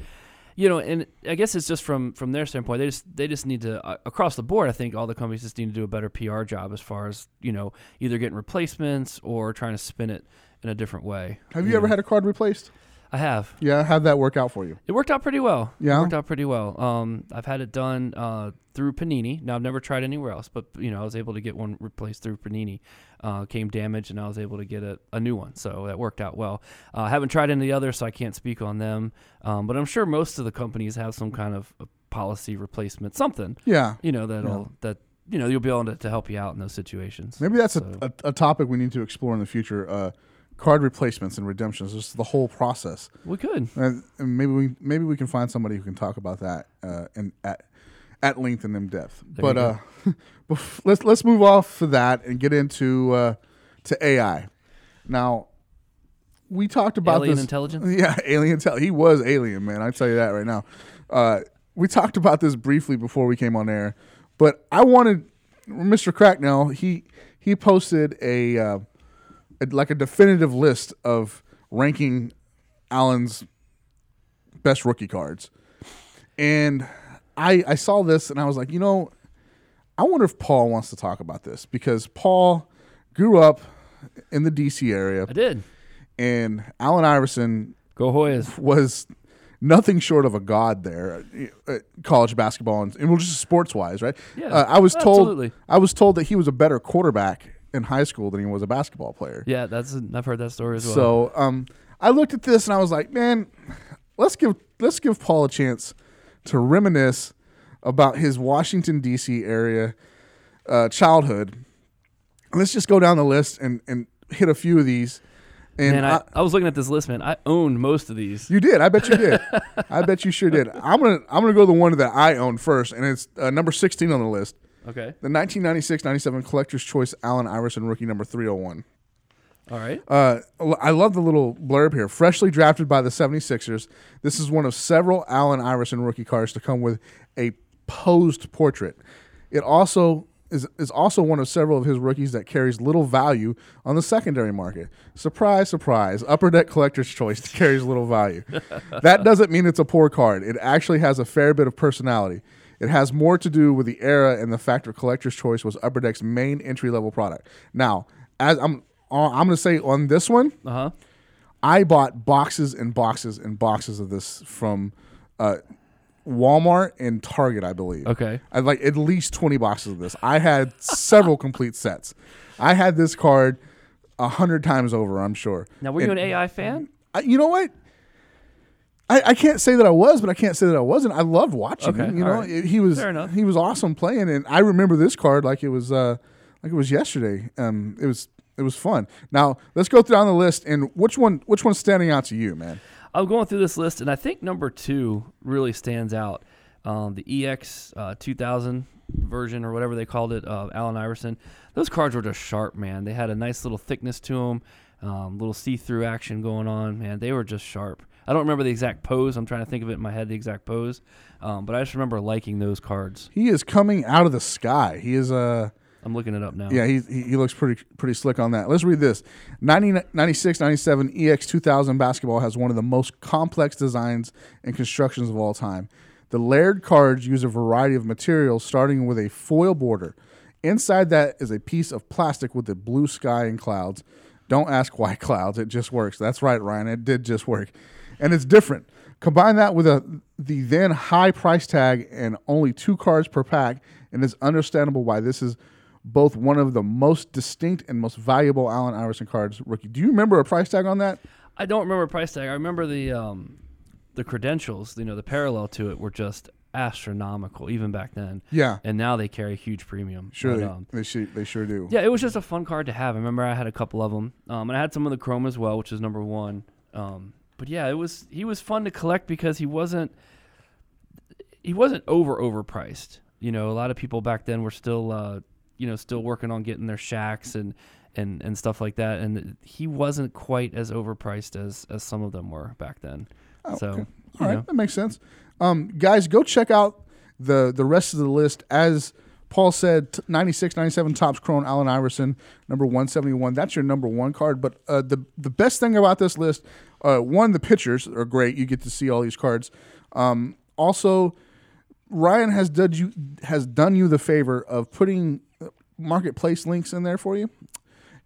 you know, and I guess it's just from from their standpoint. They just they just need to uh, across the board. I think all the companies just need to do a better PR job as far as you know, either getting replacements or trying to spin it in a different way. Have you ever had a card replaced? I have. Yeah, how'd that work out for you? It worked out pretty well. Yeah? It worked out pretty well. Um, I've had it done uh, through Panini. Now I've never tried anywhere else, but you know I was able to get one replaced through Panini. Uh, came damaged, and I was able to get a, a new one, so that worked out well. Uh, I haven't tried any other, so I can't speak on them. Um, but I'm sure most of the companies have some kind of a policy replacement, something. Yeah, You know that'll that you know you'll be able to, to help you out in those situations. Maybe that's So- a, a, a topic we need to explore in the future. Uh, card replacements and redemptions, just the whole process. we could. And, Uh, and maybe we maybe we can find somebody who can talk about that uh, and at at length and in depth. but you uh, bef- let's let's move off of that and get into uh, to AI. Now we talked about Alien this intelligence? Yeah, alien intel. He was alien, man. I tell you that right now. Uh, we talked about this briefly before we came on air, but I wanted Mr. Cracknell. He he posted a, uh, a like a definitive list of ranking Allen's best rookie cards. And I I saw this and I was like, you know, I wonder if Paul wants to talk about this because Paul grew up in the DC area I did. and Allen Iverson Go Hoyas. was nothing short of a god there at college basketball and, and well, just sports wise, right? Yeah, Uh, I was told absolutely. I was told that he was a better quarterback in high school than he was a basketball player. Yeah, that's I've heard that story as well. So um, I looked at this and I was like, man, let's give let's give Paul a chance to reminisce about his Washington D.C. area uh, childhood. And Let's just go down the list and and hit a few of these. And Man, I, I- I was looking at this list, man. I owned most of these. you did. I bet you did. I bet you sure did. I'm gonna I'm gonna go to the one that I own first, and it's uh, number 16 on the list. Okay. The 1996-97 Collector's Choice Allen Iverson rookie number 301. All right. Uh, I love the little blurb here. Freshly drafted by the 76ers, this is one of several Allen Iverson rookie cards to come with a posed portrait. It also is, is also one of several of his rookies that carries little value on the secondary market. Surprise, surprise. Upper deck collector's choice carries little value. that doesn't mean it's a poor card. It actually has a fair bit of personality. It has more to do with the era and the fact that collector's choice was Upper Deck's main entry level product. Now, as I'm uh, I'm gonna say on this one, Uh huh. I bought boxes and boxes and boxes of this from uh, Walmart and Target, I believe. Okay. I had, like at least twenty boxes of this. I had several complete sets. I had this card a hundred times over. I'm sure. Now, were you an AI fan? I, you know what? I, I can't say that I was, but I can't say that I wasn't. I loved watching Okay, him. You all know, right. It- he was Fair enough. he was awesome playing, and I remember this card like it was uh, like it was yesterday. Um, it was it was fun. Now let's go down the list and which one which one's standing out to you, man? I'm going through this list, and I think number two really stands out. Um, the EX uh, 2000 version, or whatever they called it, of Allen Iverson. Those cards were just sharp, man. They had a nice little thickness to them, um, little see-through action going on, man. They were just sharp. I don't remember the exact pose. I'm trying to think of it in my head, the exact pose. Um, but I just remember liking those cards. He is coming out of the sky. He is Uh, I'm looking it up now. Yeah, he, he he looks pretty pretty slick on that. Let's read this. 90, 96, 97 EX 2000 basketball has one of the most complex designs and constructions of all time. The layered cards use a variety of materials, starting with a foil border. Inside that is a piece of plastic with the blue sky and clouds. Don't ask why clouds. It just works. That's right, Ryan. It did just work, and it's different. Combine that with a the then high price tag and only two cards per pack, and it's understandable why this is both one of the most distinct and most valuable Allen Iverson cards rookie. Do you remember a price tag on that? I don't remember price tag. I remember the um, the credentials. You know, the parallel to it were just astronomical even back then. Yeah. And now they carry huge premium. Sure, But, they, um, they, sure they sure do. yeah, it was just a fun card to have. I remember I had a couple of them, um, and I had some of the chrome as well, which is number one. Um, but yeah, it was he was fun to collect because he wasn't he wasn't over overpriced. You know, a lot of people back then were still uh, you know still working on getting their shacks and and and stuff like that, and he wasn't quite as overpriced as as some of them were back then. so you Oh, All right, know. that makes sense. Um, guys, go check out the the rest of the list. As Paul said, t- 96, 97 tops Crone Allen Iverson, number 171. That's your number one card. But uh, the the best thing about this list, uh, one, the pictures are great. You get to see all these cards. Um, also, Ryan has done you has done you the favor of putting uh, marketplace links in there for you.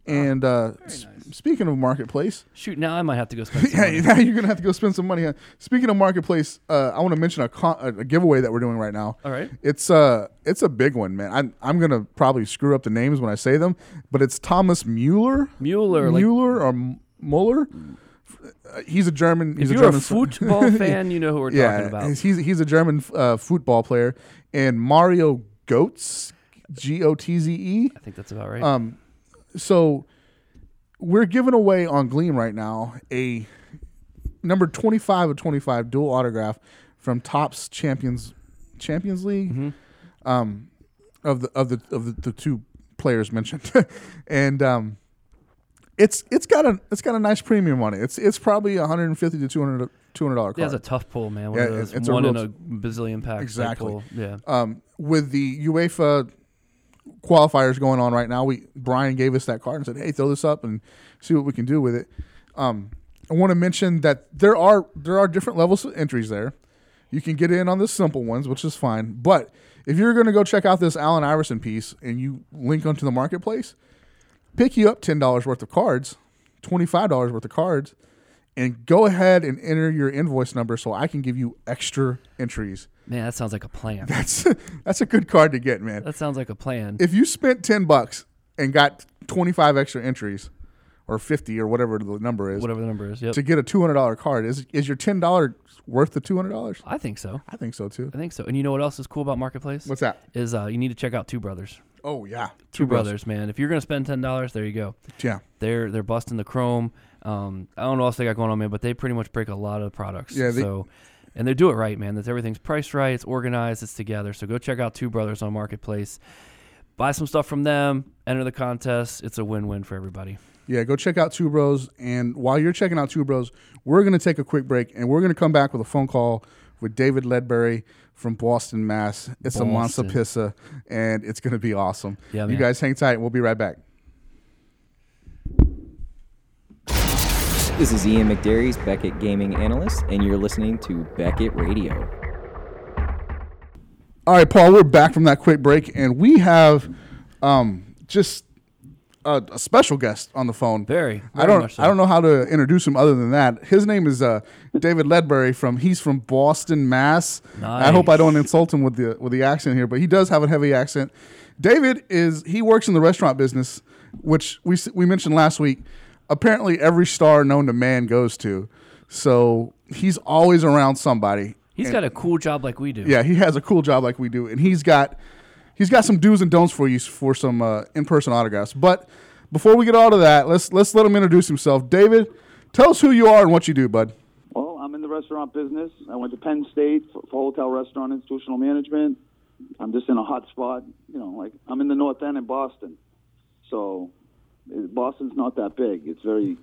And uh, s- speaking of marketplace, shoot, now I might have to go spend. Some yeah, money. now you're gonna have to go spend some money. on Speaking of marketplace, uh, I want to mention a, con- a giveaway that we're doing right now. All right. it's uh it's a big one, man. I'm I'm gonna probably screw up the names when I say them, but it's Thomas Mueller, Mueller, like Mueller or M- Mueller. Uh, He's a German. He's if a you're German a football fan, you know who we're yeah, talking about. he's he's a German uh, football player, and Mario Goetz, G O T Z E. I think that's about right. so we're giving away on Gleam right now a number 25 of 25 dual autograph from Topps Champions Champions League um, of the of the of the, the two players mentioned and um it's it's got a it's got a nice premium on it. It's it's probably 150 to 200 200 dollar Yeah, it's card. a tough pull, man. One Yeah, of those it's a one real in a bazillion packs. type Exactly. pull. Yeah. um, with the UEFA qualifiers going on right now, we Brian gave us that card and said, "Hey, throw this up and see what we can do with it." Um, I want to mention that there are there are different levels of entries there. You can get in on the simple ones, which is fine. But if you're going to go check out this Allen Iverson piece and you link onto the marketplace, pick you up ten dollars worth of cards, twenty five dollars worth of cards, and go ahead and enter your invoice number so I can give you extra entries. Man, that sounds like a plan. That's that's a good card to get, man that sounds like a plan. if you spent 10 bucks and got 25 extra entries or 50 or whatever the number is whatever the number is. Yep. to get a $200 card is is your $10 worth the $200 I think so. i think so too I think so. And you know what else is cool about Marketplace? what's that Is uh, you need to check out Two Brothers. oh yeah Two, brothers, man. If you're gonna spend ten dollars, there you go. yeah They're they're busting the chrome. Um, I don't know what else they got going on, man, but they pretty much break a lot of products. Yeah, they- so, and they do it right, man. That's everything's priced right. It's organized. It's together. So go check out Two Brothers on Marketplace. Buy some stuff from them. Enter the contest. It's a win-win for everybody. yeah go check out two bros and while you're checking out two bros we're going to take a quick break and we're going to come back with a phone call with david ledbury from boston mass it's a monster Boston. pissa and it's going to be awesome Yeah, you man. guys hang tight we'll be right back This is Ian McDerry's Beckett Gaming Analyst, and you're listening to Beckett Radio. All right, Paul, we're back from that quick break, and we have um, just a, a special guest on the phone. Very, I very don't. much so. I don't know how to introduce him other than that. His name is uh, David Ledbury from. He's from Boston, Mass. I hope I don't insult him with the with the accent here, but he does have a heavy accent. David is. He works in the restaurant business, which we s- we mentioned last week. Apparently, every star known to man goes to. So he's always around somebody. He's got a cool job like we do. Yeah, he has a cool job like we do, and he's got he's got some do's and don'ts for you for some uh, in person autographs. But before we get all to that, let's let's let him introduce himself. David, tell us who you are and what you do, bud. Well, I'm in the restaurant business. I went to Penn State for, for hotel restaurant institutional management. I'm just in a hot spot, you know, like I'm in the North End in Boston. So eh, Boston's not that big. It's very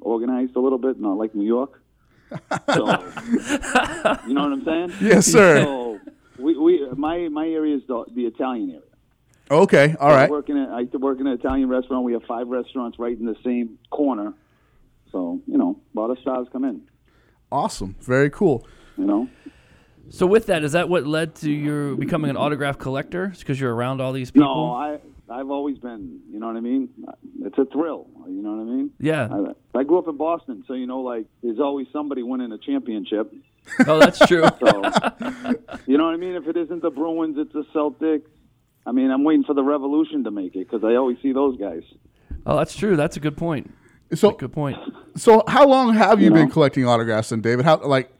organized a little bit, not like New York. So, you know what I'm saying? Yes, sir. So we, we my my area is the, the Italian area. Okay, all I right. work in a, I used to work in an Italian restaurant. We have five restaurants right in the same corner. So you know, a lot of stars come in. Awesome. Very cool. You know, So with that, is that what led to your becoming an autograph collector? Because you're around all these people. no, I I've always been. You know what I mean? It's a thrill. You know what I mean? yeah. I, I grew up in Boston, so you know, like there's always somebody winning a championship. oh, that's true. So, you know what I mean? If it isn't the Bruins, it's the Celtics. I mean, I'm waiting for the Revolution to make it because I always see those guys. Oh, that's true. That's a good point. So, Good point. so how long have you You been know. collecting autographs then, David? How like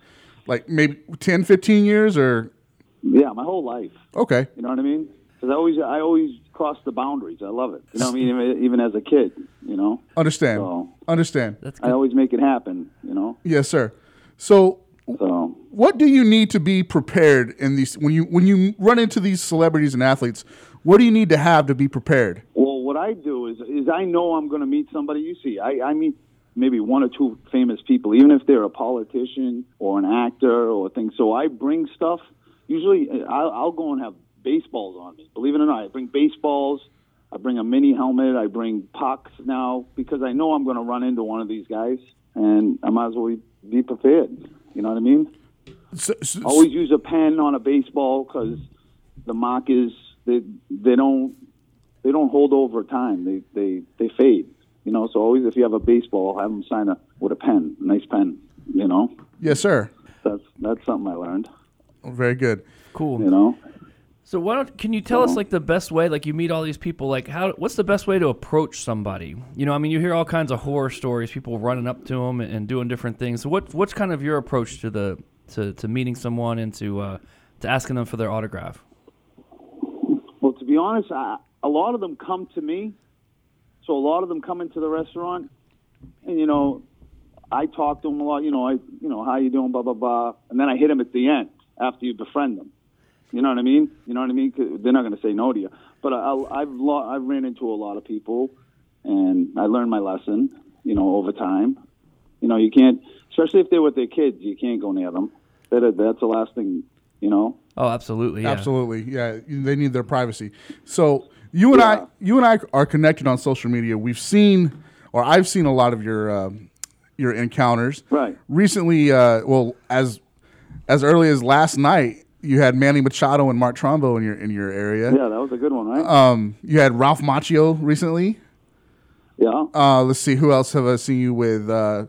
like maybe 10, 15 years or Yeah, my whole life. okay. You know what I mean? Because I always, I always cross the boundaries. I love it. You know what I mean? Even, even as a kid, you know, Understand. So- Understand. That's I good. always make it happen. You know, Yes, sir. So so what do you need to be prepared in these when you when you run into these celebrities and athletes, what do you need to have to be prepared? Well, what I do is is I know I'm going to meet somebody. You see, I, I meet maybe one or two famous people, even if they're a politician or an actor or things. So I bring stuff. Usually, uh, I'll, I'll go and have baseballs on me. Believe it or not, I bring baseballs. I bring a mini helmet. I bring pucks now because I know I'm going to run into one of these guys, and I might as well be prepared. You know what I mean? So, so- always use a pen on a baseball because the markers they they don't they don't hold over time. They they they fade. You know, so always if you have a baseball, have them sign a with a pen, a nice pen. You know, yes, sir. Oh, that's that's something I learned. Very good. Cool. You know, So why don't can you tell Mm-hmm. us like the best way? Like you meet all these people. Like how? What's the best way to approach somebody? You know, I mean, you hear all kinds of horror stories. People running up to them and, and doing different things. So what? What's kind of your approach to the to, to meeting someone and to uh, to asking them for their autograph? well, to be honest, I, a lot of them come to me. So a lot of them come into the restaurant, and you know, I talk to them a lot. You know, I you know how you doing, blah blah blah, and then I hit them at the end after you befriend them. You know what I mean? You know what I mean? 'Cause they're not going to say no to you. But I, I- I've lo- I've ran into a lot of people, and I learned my lesson. You know, over time. You know, you can't, especially if they're with their kids, you can't go near them. That that's the last thing. You know. Oh, absolutely. Yeah. Absolutely. Yeah, they need their privacy. So you and I, you and I are connected on social media. We've seen, or I've seen a lot of your um, your encounters. Right. Recently, uh, well, as as early as last night, you had Manny Machado and Mark Trombo in your in your area. Yeah, that was a good one, right? Um, you had Ralph Macchio recently. yeah. Uh, let's see, who else have I seen you with? Uh,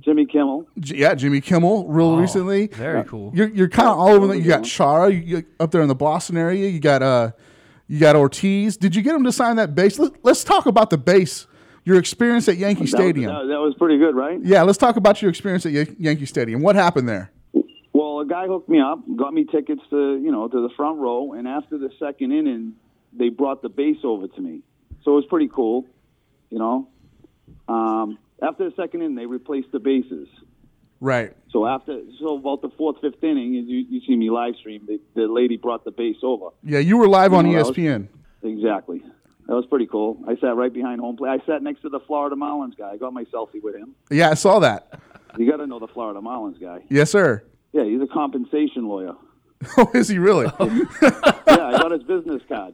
Jimmy Kimmel. J- yeah, Jimmy Kimmel, real Oh, recently. Very cool. You're, you're kind of all over. The, you got Yeah. Chara you, you- up there in the Boston area. You got uh, you got Ortiz. Did you get him to sign that base? Let, let's talk about the base. Your experience at Yankee Stadium. That was, that, that was pretty good, right? yeah, let's talk about your experience at Yan- Yankee Stadium. What happened there? Well, a guy hooked me up, got me tickets to you know to the front row, and after the second inning, they brought the base over to me, so it was pretty cool, you know. Um, after the second inning, they replaced the bases. Right. So after so about the fourth, fifth inning, you, you see me live stream. The, the lady brought the base over. Yeah, you were live on E No, that was- ESPN. Exactly. That was pretty cool. I sat right behind home plate. I sat next to the Florida Marlins guy. I got my selfie with him. yeah, I saw that. You got to know the Florida Marlins guy. Yes, sir. Yeah, he's a compensation lawyer. Oh, is he really? yeah, I got his business card.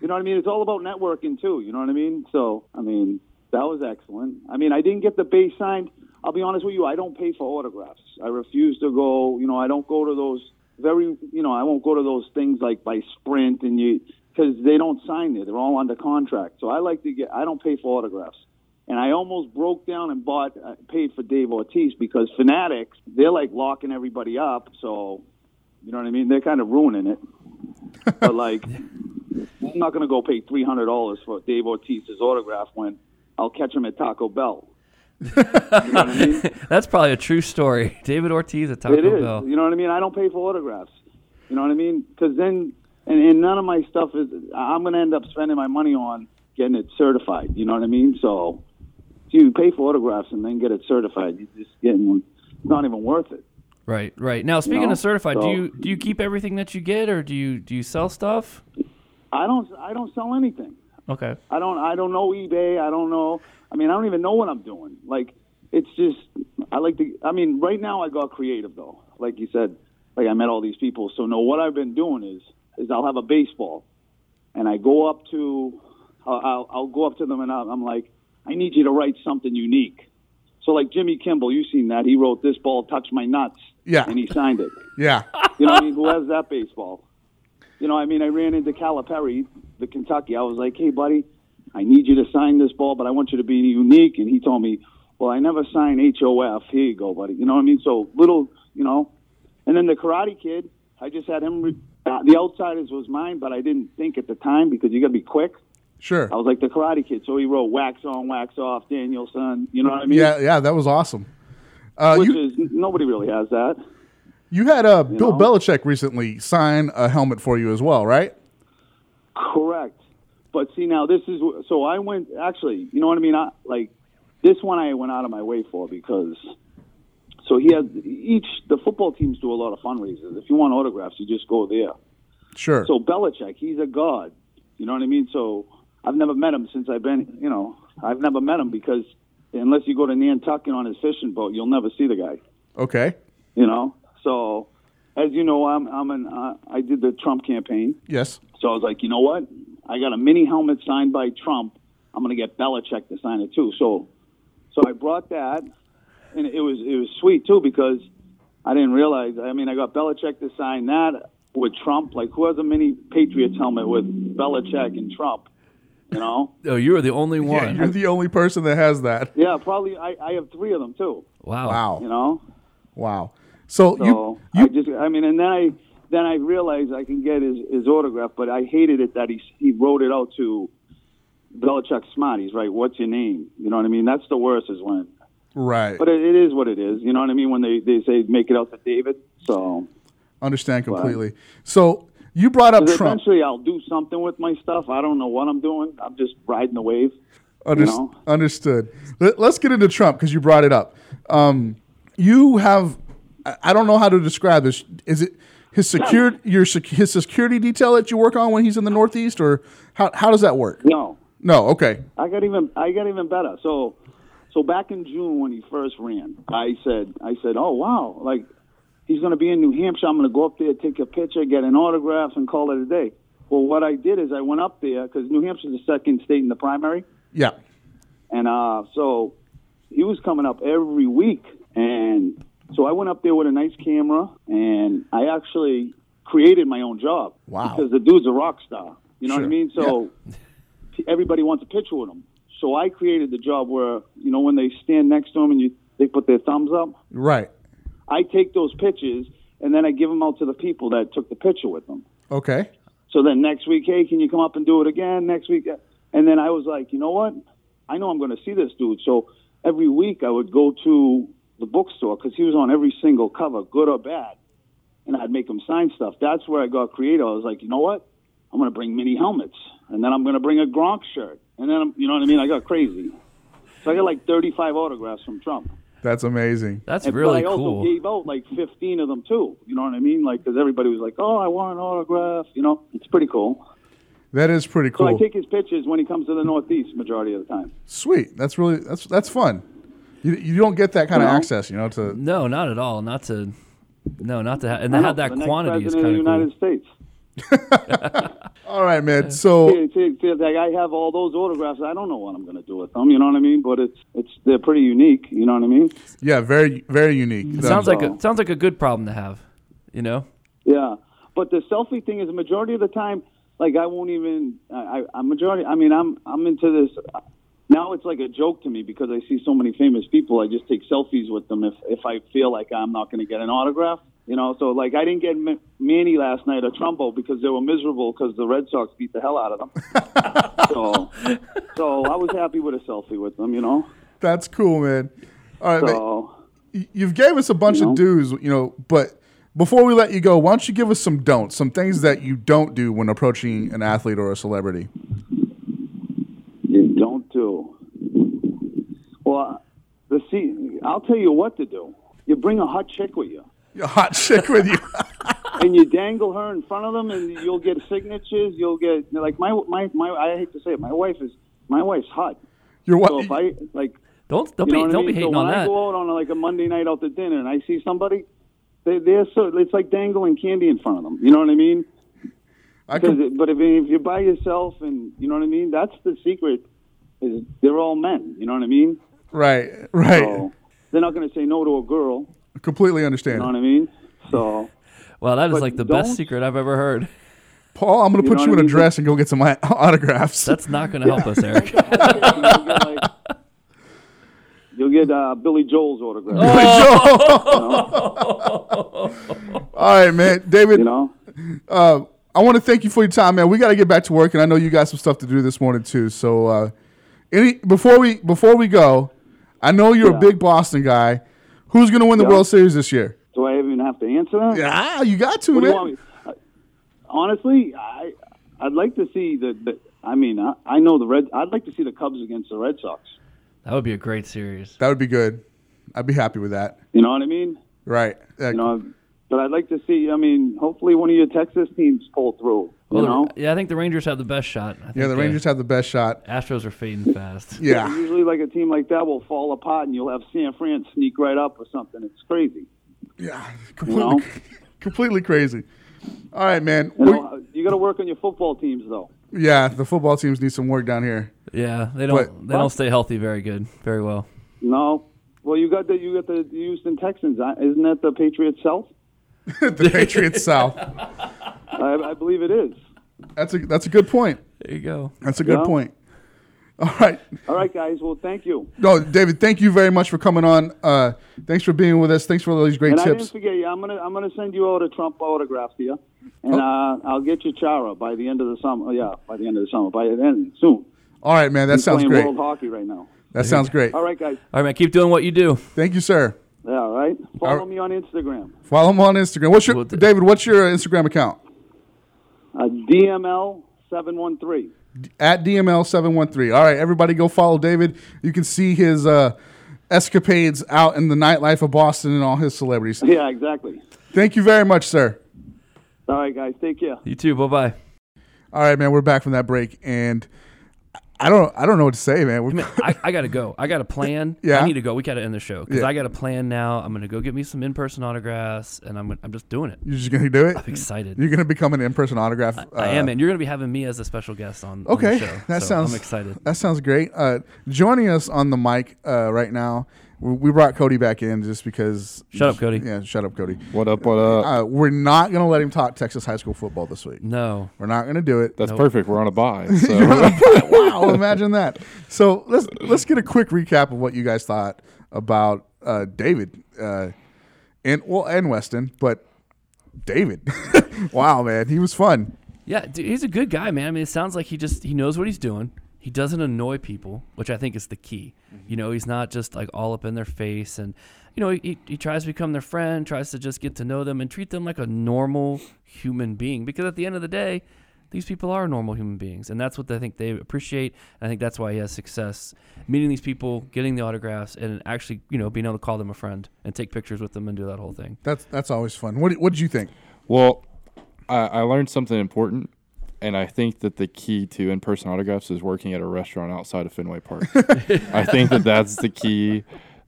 You know what I mean? It's all about networking too. You know what I mean? So I mean that was excellent. I mean I didn't get the base signed. I'll be honest with you. I don't pay for autographs. I refuse to go. You know I don't go to those very. You know I won't go to those things like by Sprint and you because they don't sign there. They're all under contract. So I like to get. I don't pay for autographs. And I almost broke down and bought, uh, paid for Dave Ortiz because Fanatics, they're like locking everybody up. So, you know what I mean? They're kind of ruining it but like I'm not gonna go pay three hundred dollars for Dave Ortiz's autograph when I'll catch him at Taco Bell. You know what I mean? That's probably a true story. David Ortiz at Taco It is. Bell. You know what I mean? I don't pay for autographs. You know what I mean? Because then, and, and none of my stuff is. I'm gonna end up spending my money on getting it certified. You know what I mean? So, if you pay for autographs and then get it certified, you just getting it's not even worth it. Right, right. Now speaking know, of certified, do so- you do you keep everything that you get, or do you do you sell stuff? I don't. I don't sell anything. Okay. I don't I don't know eBay. I don't know. I mean, I don't even know what I'm doing. Like it's just I like to. I mean, right now I got creative though. Like you said, like I met all these people. So no, what I've been doing is is I'll have a baseball, and I go up to, I'll, I'll, I'll go up to them and I'll, I'm like, I need you to write something unique. So like Jimmy Kimball, you've seen that. He wrote this ball touched my nuts. Yeah. And he signed it. Yeah. You know, what I mean, who has that baseball? You know, I mean, I ran into Calipari, the Kentucky. I was like, hey, buddy, I need you to sign this ball, but I want you to be unique. And he told me, well, I never sign HOF. Here you go, buddy. You know what I mean? So little, you know. And then the Karate Kid, I just had him. Re- uh, the Outsiders was mine, but I didn't think at the time because you got to be quick. Sure. I was like the Karate Kid, so he wrote "Wax On, Wax Off," Danielson. You know what I mean? Yeah, yeah, that was awesome. Uh, Which you is nobody really has that. you had uh, Bill know? Belichick recently sign a helmet for you as well, right? Correct. But see now this is so I went actually, you know what I mean? I like this one I went out of my way for because so he has each the football teams do a lot of fundraisers. If you want autographs, you just go there. Sure. So Belichick, he's a god. You know what I mean? So I've never met him since I've been, you know, I've never met him because unless you go to Nantucket on his fishing boat, you'll never see the guy okay. you know. So, as you know, I'm I'm an uh, I did the Trump campaign, Yes. so I was like, you know what? I got a mini helmet signed by Trump. I'm gonna get Belichick to sign it too. So, so I brought that, and it was it was sweet too because I didn't realize. I mean, I got Belichick to sign that with Trump. Like, who has a mini Patriots helmet with Belichick and Trump? You know? Oh, you were the only Yeah, one. you're the only person that has that. Yeah, probably. I I have three of them too. wow. Wow. You know? Wow. So, So you you I just, I mean, and then I then I realized I can get his, his autograph, but I hated it that he he wrote it out to Belichick Smarties, right? What's your name? You know what I mean? That's the worst is when, right. but it, it is what it is. You know what I mean? When they they say make it out to David, so Understand completely. So you brought up 'cause Trump. eventually I'll do something with my stuff. I don't know what I'm doing. I'm just riding the wave. Unders- know? Understood. Let, us get into Trump because you brought it up. Um, you have, I I don't know how to describe this. Is it his secure your sec- his security detail that you work on when he's in the Northeast, or how how does that work? No, No. Okay. I got even I got even better. So so back in June when he first ran, I said I said, "Oh wow, like he's going to be in New Hampshire. I'm going to go up there, take a picture, get an autograph and call it a day." Well, what I did is I went up there cuz New Hampshire's the second state in the primary. Yeah. And uh, so he was coming up every week. And so I went up there with a nice camera and I actually created my own job. Wow. Because the dude's a rock star. You know what Sure. I mean? So everybody wants a picture with him. So I created the job where, you know, when they stand next to him and you, they put their thumbs up, Right. I take those pictures and then I give them out to the people that took the picture with them. Okay. So then next week, hey, can you come up and do it again next week? And then I was like, you know what? I know I'm going to see this dude. So every week I would go to the bookstore because he was on every single cover, good or bad, and I'd make him sign stuff. That's where I got creative. I was like, you know what? I'm going to bring mini helmets, and then I'm going to bring a Gronk shirt, and then I'm, you know what I mean? I got crazy. So I got like 35 autographs from Trump. That's amazing. That's And- really but I cool. also gave out like 15 of them too. You know what I mean? Like, because everybody was like, oh, I want an autograph. You know, it's pretty cool. That is pretty So I cool. take his pictures when he comes to the Northeast majority of the time. Sweet. That's really that's that's fun. You, you don't get that kind of You know? access, you know. To No, not at all. Not to. No, not to. Ha- and I to know, have that the next quantity is president of kind the of cool. United States. all right, man. So See, see, see, like I have all those autographs. I don't know what I'm going to do with them. You know what I mean? But it's it's they're pretty unique. You know what I mean? yeah, very very unique. It sounds like So- a, sounds like a good problem to have. You know. Yeah. But the selfie thing is the majority of the time. Like I won't even. I, I I'm majority. I mean, I'm I'm into this. Now it's like a joke to me because I see so many famous people. I just take selfies with them if if I feel like I'm not going to get an autograph. You know, so like I didn't get M- Manny last night or Trumbo because they were miserable because the Red Sox beat the hell out of them. so, so I was happy with a selfie with them. You know, that's cool, man. All right, man. so y- you've gave us a bunch know? of do's, you know, but before we let you go, why don't you give us some don'ts, some things that you don't do when approaching an athlete or a celebrity? you don't do. Well, the see, I'll tell you what to do. You bring a hot chick with you. A hot chick with you. and you dangle her in front of them, and you'll get signatures. You'll get like my my my. I hate to say it, my wife is my wife's hot. Your So wife. if I like Don't don't be You know what I don't mean? be hating so on when I that. go out on like a Monday night out to dinner and I see somebody, they, they're so it's like dangling candy in front of them. You know what I mean? I Because com- it- but if, if you're by yourself and you know what I mean, that's the secret. Is they're all men. You know what I mean? right, right. So they're not going to say no to a girl. Completely understand. You know it. what I mean? So Well, that is But like the don't- best secret I've ever heard. Paul, I'm going to You put know you in what I a mean? dress and go get some au- autographs. That's not going to help us, Eric. you'll get, like, you'll get uh, Billy Joel's autograph. All right, man. David, You know? uh, I want to thank you for your time, man. We got to get back to work, and I know you got some stuff to do this morning too. So, uh, any before we before we go, I know you're Yeah. a big Boston guy. Who's going to win the Yeah. World Series this year? Do I even have to answer that? Yeah, you got to, What do man. you want me? I- Honestly, I I'd like to see the. the I mean, I, I know the Red. I'd like to see the Cubs against the Red Sox. that would be a great series. That would be good. I'd be happy with that. You know what I mean? Right. Uh, You know, but I'd like to see. I mean, hopefully one of your Texas teams pull through. You Well, the- know, yeah, I think the Rangers have the best shot. I yeah, think, the uh, Rangers have the best shot. Astros are fading fast. Yeah. usually like a team like that will fall apart, and you'll have San Fran sneak right up or something. It's crazy. Yeah. You Completely, know, completely crazy. All right, man. you, We- know, you got to work on your football teams though. yeah, the football teams need some work down here. Yeah, they don't But- they don't stay healthy very good, very well. No. Well, you got the you got the Houston Texans. Uh, Isn't that the Patriots South? the Patriots South. I, I believe it is. That's a that's a good point. There you go. That's a good Yeah. point. All right. All right, guys. Well, thank you. No, David, thank you very much for coming on. Uh, thanks for being with us. Thanks for all these great And I didn't tips. forget you. I'm gonna I'm gonna send you out a Trump autograph to you, and Oh. uh, I'll get you Chara by the end of the summer. Oh, Yeah, by the end of the summer. By then soon. All right, man. That He's sounds playing great. world hockey right now. That sounds great. All right, guys. All right, man, keep doing what you do. Thank you, sir. Yeah, all right. Follow right. me on Instagram. Follow him on Instagram. What's your Will do. David? What's your Instagram account? Uh, DML seven one three. At DML seven one three. All right, everybody, go follow David. You can see his uh, escapades out in the nightlife of Boston and all his celebrities. Yeah, exactly. Thank you very much, sir. All right, guys. Take care. You too. Bye bye. All right, man. We're back from that break, and I don't I don't know what to say, man. We're, I, I gotta go. I got a plan. Yeah. I need to go. We gotta end the show because Yeah. I got a plan now. I'm gonna go get me some in person autographs, and I'm gonna, I'm just doing it. you're just gonna do it. I'm excited. You're gonna become an in-person autograph. I uh, am, and you're gonna be having me as a special guest on. on the Okay, show, that so sounds. I'm excited. That sounds great. Uh, joining us on the mic uh, right now, we- we brought Cody back in just because. Shut up, Cody. Yeah, shut up, Cody. What up? What up? Uh, we're not gonna let him talk Texas high school football this week. No, We're not gonna do it. That's perfect. We're on a buy. So wow, imagine that. So let's let's get a quick recap of what you guys thought about uh, David uh, and well and Weston, but David. wow, man, he was fun. yeah, dude, he's a good guy, man. I mean, it sounds like he just he knows what he's doing. He doesn't annoy people, which I think is the key. You know, he's not just like all up in their face, and you know, he, he tries to become their friend, tries to just get to know them, and treat them like a normal human being. Because at the end of the day, these people are normal human beings, and that's what I think they appreciate. And I think that's why he has success meeting these people, getting the autographs, and actually, you know, being able to call them a friend and take pictures with them and do that whole thing. That's that's always fun. What what did you think? Well, I, I learned something important, and I think that the key to in-person autographs is working at a restaurant outside of Fenway Park. I think that that's the key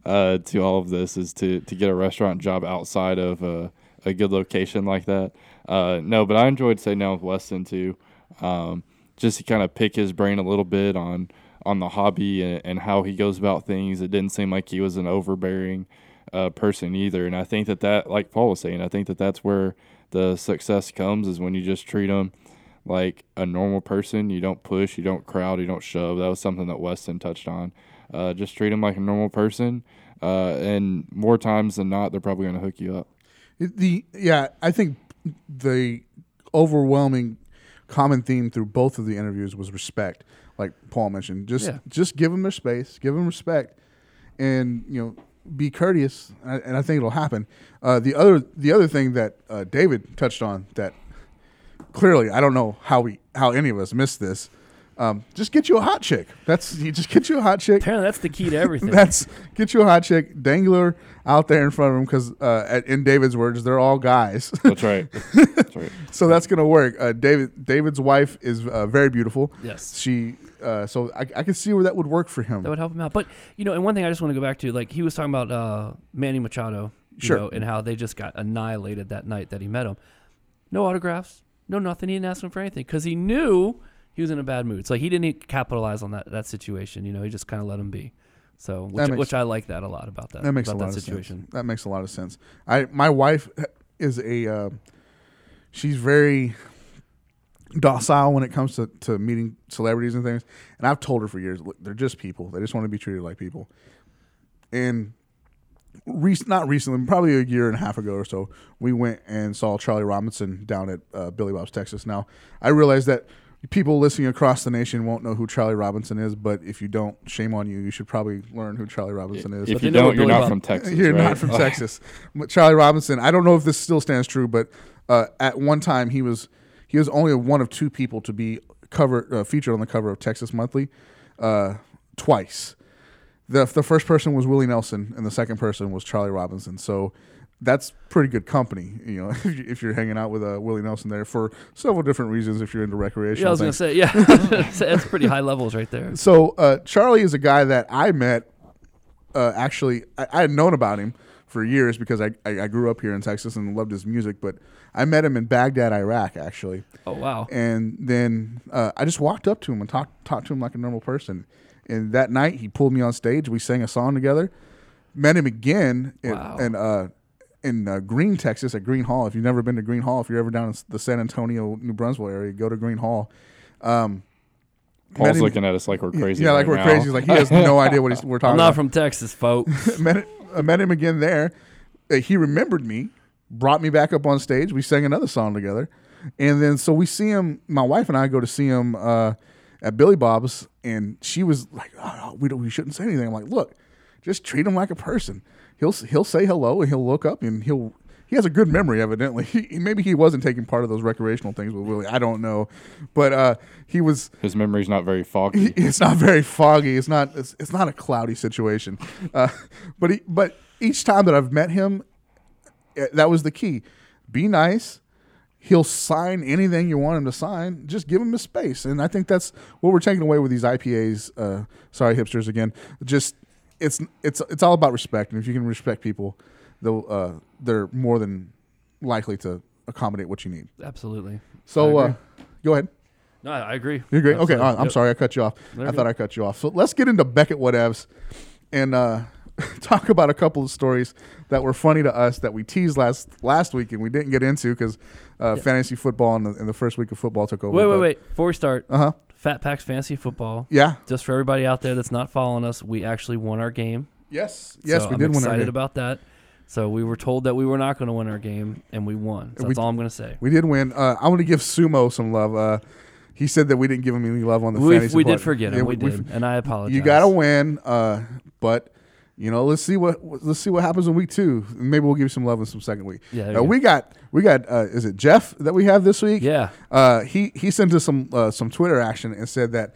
uh, to all of this is to to get a restaurant job outside of a, a good location like that. Uh, no, but I enjoyed sitting down with Weston too, um, just to kind of pick his brain a little bit on on the hobby and, and how he goes about things. It didn't seem like he was an overbearing uh, person either. And I think that that, like Paul was saying, I think that that's where the success comes is when you just treat them like a normal person. You don't push, you don't crowd, you don't shove. That was something that Weston touched on. Uh, just treat them like a normal person. Uh, and more times than not, they're probably going to hook you up. The yeah, I think the overwhelming common theme through both of the interviews was respect. Like Paul mentioned, just Yeah. just give them their space, give them respect, and you know be courteous, and I- and I think it'll happen. Uh, the other the other thing that uh, David touched on that clearly I don't know how we how any of us missed this Um, just get you a hot chick. That's you just get you a hot chick. Apparently, that's the key to everything. That's get you a hot chick, dangler out there in front of them because uh, at- in David's words, they're all guys. That's right. That's right. so that's gonna work. Uh, David David's wife is uh, very beautiful. Yes. she. Uh, so I, I can see where that would work for him. that would help him out. But you know, and one thing I just want to go back to, like he was talking about uh, Manny Machado, you Sure. know, and how they just got annihilated that night that he met him. No autographs, no nothing. He didn't ask him for anything because he knew he was in a bad mood. So like, he didn't e- capitalize on that that situation. You know, he just kind of let him be. So which, makes- which I like that a lot about that. that makes about a lot that of situation. sense. That makes a lot of sense. I my wife is a uh, she's very docile when it comes to, to meeting celebrities and things. And I've told her for years, look, they're just people. They just want to be treated like people. And re- not recently, probably a year and a half ago or so, we went and saw Charlie Robinson down at uh, Billy Bob's Texas. Now, I realize that people listening across the nation won't know who Charlie Robinson is, but if you don't, shame on you. You should probably learn who Charlie Robinson is. If they you know don't, what you're Billy not Bob- from Texas. You're right? not from Texas. But Charlie Robinson, I don't know if this still stands true, but uh, at one time he was he was only one of two people to be covered uh, featured on the cover of Texas Monthly uh, twice. The the first person was Willie Nelson, and the second person was Charlie Robinson. So that's pretty good company, you know, if, you, if you're hanging out with uh, Willie Nelson there for several different reasons. If you're into recreational, Yeah, I was gonna things. say yeah. So that's pretty high levels right there. So uh, Charlie is a guy that I met. Uh, actually, I, I had known about him for years because I, I, I grew up here in Texas and loved his music. But I met him in Baghdad, Iraq, actually, Oh wow. and then uh, I just walked up to him and talked talked to him like a normal person. And that night, he pulled me on stage. We sang a song together. Met him again in Wow. in, uh, in uh, Green, Texas, at Green Hall. If you've never been to Green Hall, if you're ever down in the San Antonio, New Brunswick area, go to Green Hall. Paul's Many- looking at us like we're crazy. yeah, like right we're now. crazy. Like he has no idea what he's, we're talking I'm about. not from Texas, folks. met, I met him again there. Uh, he remembered me, brought me back up on stage. We sang another song together. And then, so we see him, my wife and I go to see him uh, at Billy Bob's, and she was like, oh, we, don't, we shouldn't say anything. I'm like, look, just treat him like a person. He'll, s- he'll say hello and he'll look up and he'll, he has a good memory, evidently. He, maybe he wasn't taking part of those recreational things with Willie. I don't know. But uh, he was, His memory's not very foggy. it's not very foggy. It's not it's, it's not a cloudy situation. Uh, but he, but each time that I've met him, eh, that was the key. Be nice. He'll sign anything you want him to sign. Just give him his space, and I think that's what we're taking away with these IPAs. Uh, sorry, hipsters again. Just it's it's it's all about respect, and if you can respect people, they'll uh, they're more than likely to accommodate what you need. Absolutely. So I uh, agree. go ahead. No, I I agree. You're great. Okay, Absolutely. all right, I'm Yep. sorry I cut you off. I you're thought I cut you off. So let's get into Beckett whatevs and uh, talk about a couple of stories that were funny to us that we teased last last week and we didn't get into because uh, fantasy football and the, and the first week of football took over. Wait, wait, but- Uh-huh. wait. Before we start, uh huh. Fat Packs Fantasy Football. Yeah. Just for everybody out there that's not following us, we actually won our game. Yes. Yes, So we I'm did win. excited Our game. about that. So we were told that we were not going to win our game, and we won. So We- that's all I'm going to say. we did win. Uh, I want to give Sumo some love. Uh, he said that we didn't give him any love on the We, fantasy. we did part. forget Yeah, him. We, we- did, and I apologize. You got to win, uh, but you know, let's see what let's see what happens in week two. Maybe we'll give you some love in some second week. Yeah, there Uh, you go. we got we got uh, is it Jeff that we have this week? Yeah. uh, he he sent us some uh, some Twitter action and said that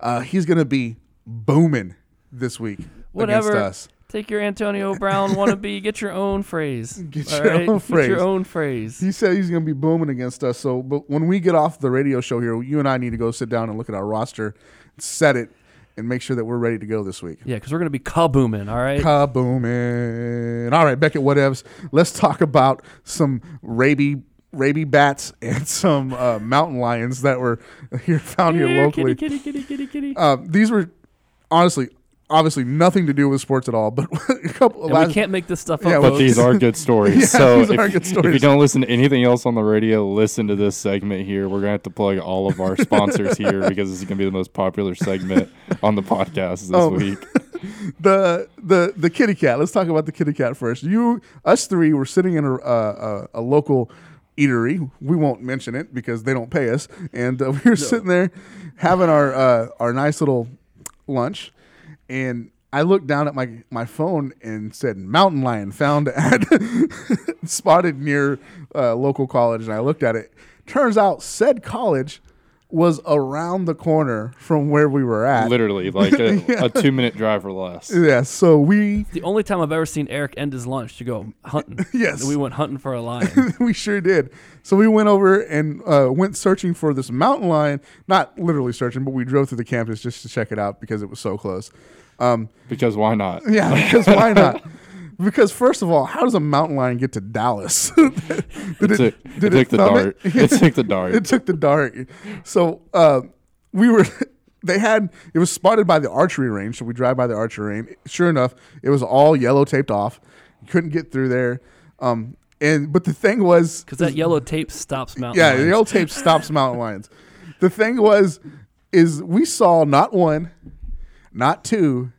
uh, he's gonna be booming this week Whatever. against us. Take your Antonio Brown wannabe. Get your own phrase. Get all your own Get phrase. your own phrase. He said he's going to be booming against us. So, but when we get off the radio show here, you and I need to go sit down and look at our roster, set it, and make sure that we're ready to go this week. Yeah, because we're going to be kabooming, all right? Kabooming. All right, Beckett, whatevs. Let's talk about some raby raby bats and some uh, mountain lions that were here found here Here, locally. kitty, kitty, kitty, kitty, kitty. Uh, these were honestly, obviously nothing to do with sports at all, but a couple and we can't make this stuff up. Yeah, But well- folks. these are good stories. Yeah, so these if, are good if you stories. don't listen to anything else on the radio, listen to this segment here. We're gonna have to plug all of our sponsors here because this is gonna be the most popular segment on the podcast this Um, week. the the the kitty cat. Let's talk about the kitty cat first. You us three were sitting in a uh, a, a local eatery. We won't mention it because they don't pay us. And uh, we were sitting there having our uh, our nice little lunch, and I looked down at my my phone and said mountain lion found at spotted near uh, local college. And I looked at it. Turns out said college was around the corner from where we were at. Literally, like a, a two minute drive or less. Yeah, so we The only time I've ever seen Eric end his lunch to go hunting. Yes. we went hunting for a lion. we sure did. So we went over and uh, went searching for this mountain lion. Not literally searching, but we drove through the campus just to check it out because it was so close. Um, Because why not? yeah, because why not? Because first of all, how does a mountain lion get to Dallas? did It took, it took the thumb dart. it? It took the dart. It took the dart. So uh, we were. They had it was spotted by the archery range, so we drive by the archery range. Sure enough, it was all yellow taped off. Couldn't get through there. Um, and but the thing was, Because that yellow tape stops mountain. yeah, lions. the yellow tape stops mountain lions. The thing was, is we saw not one, not two,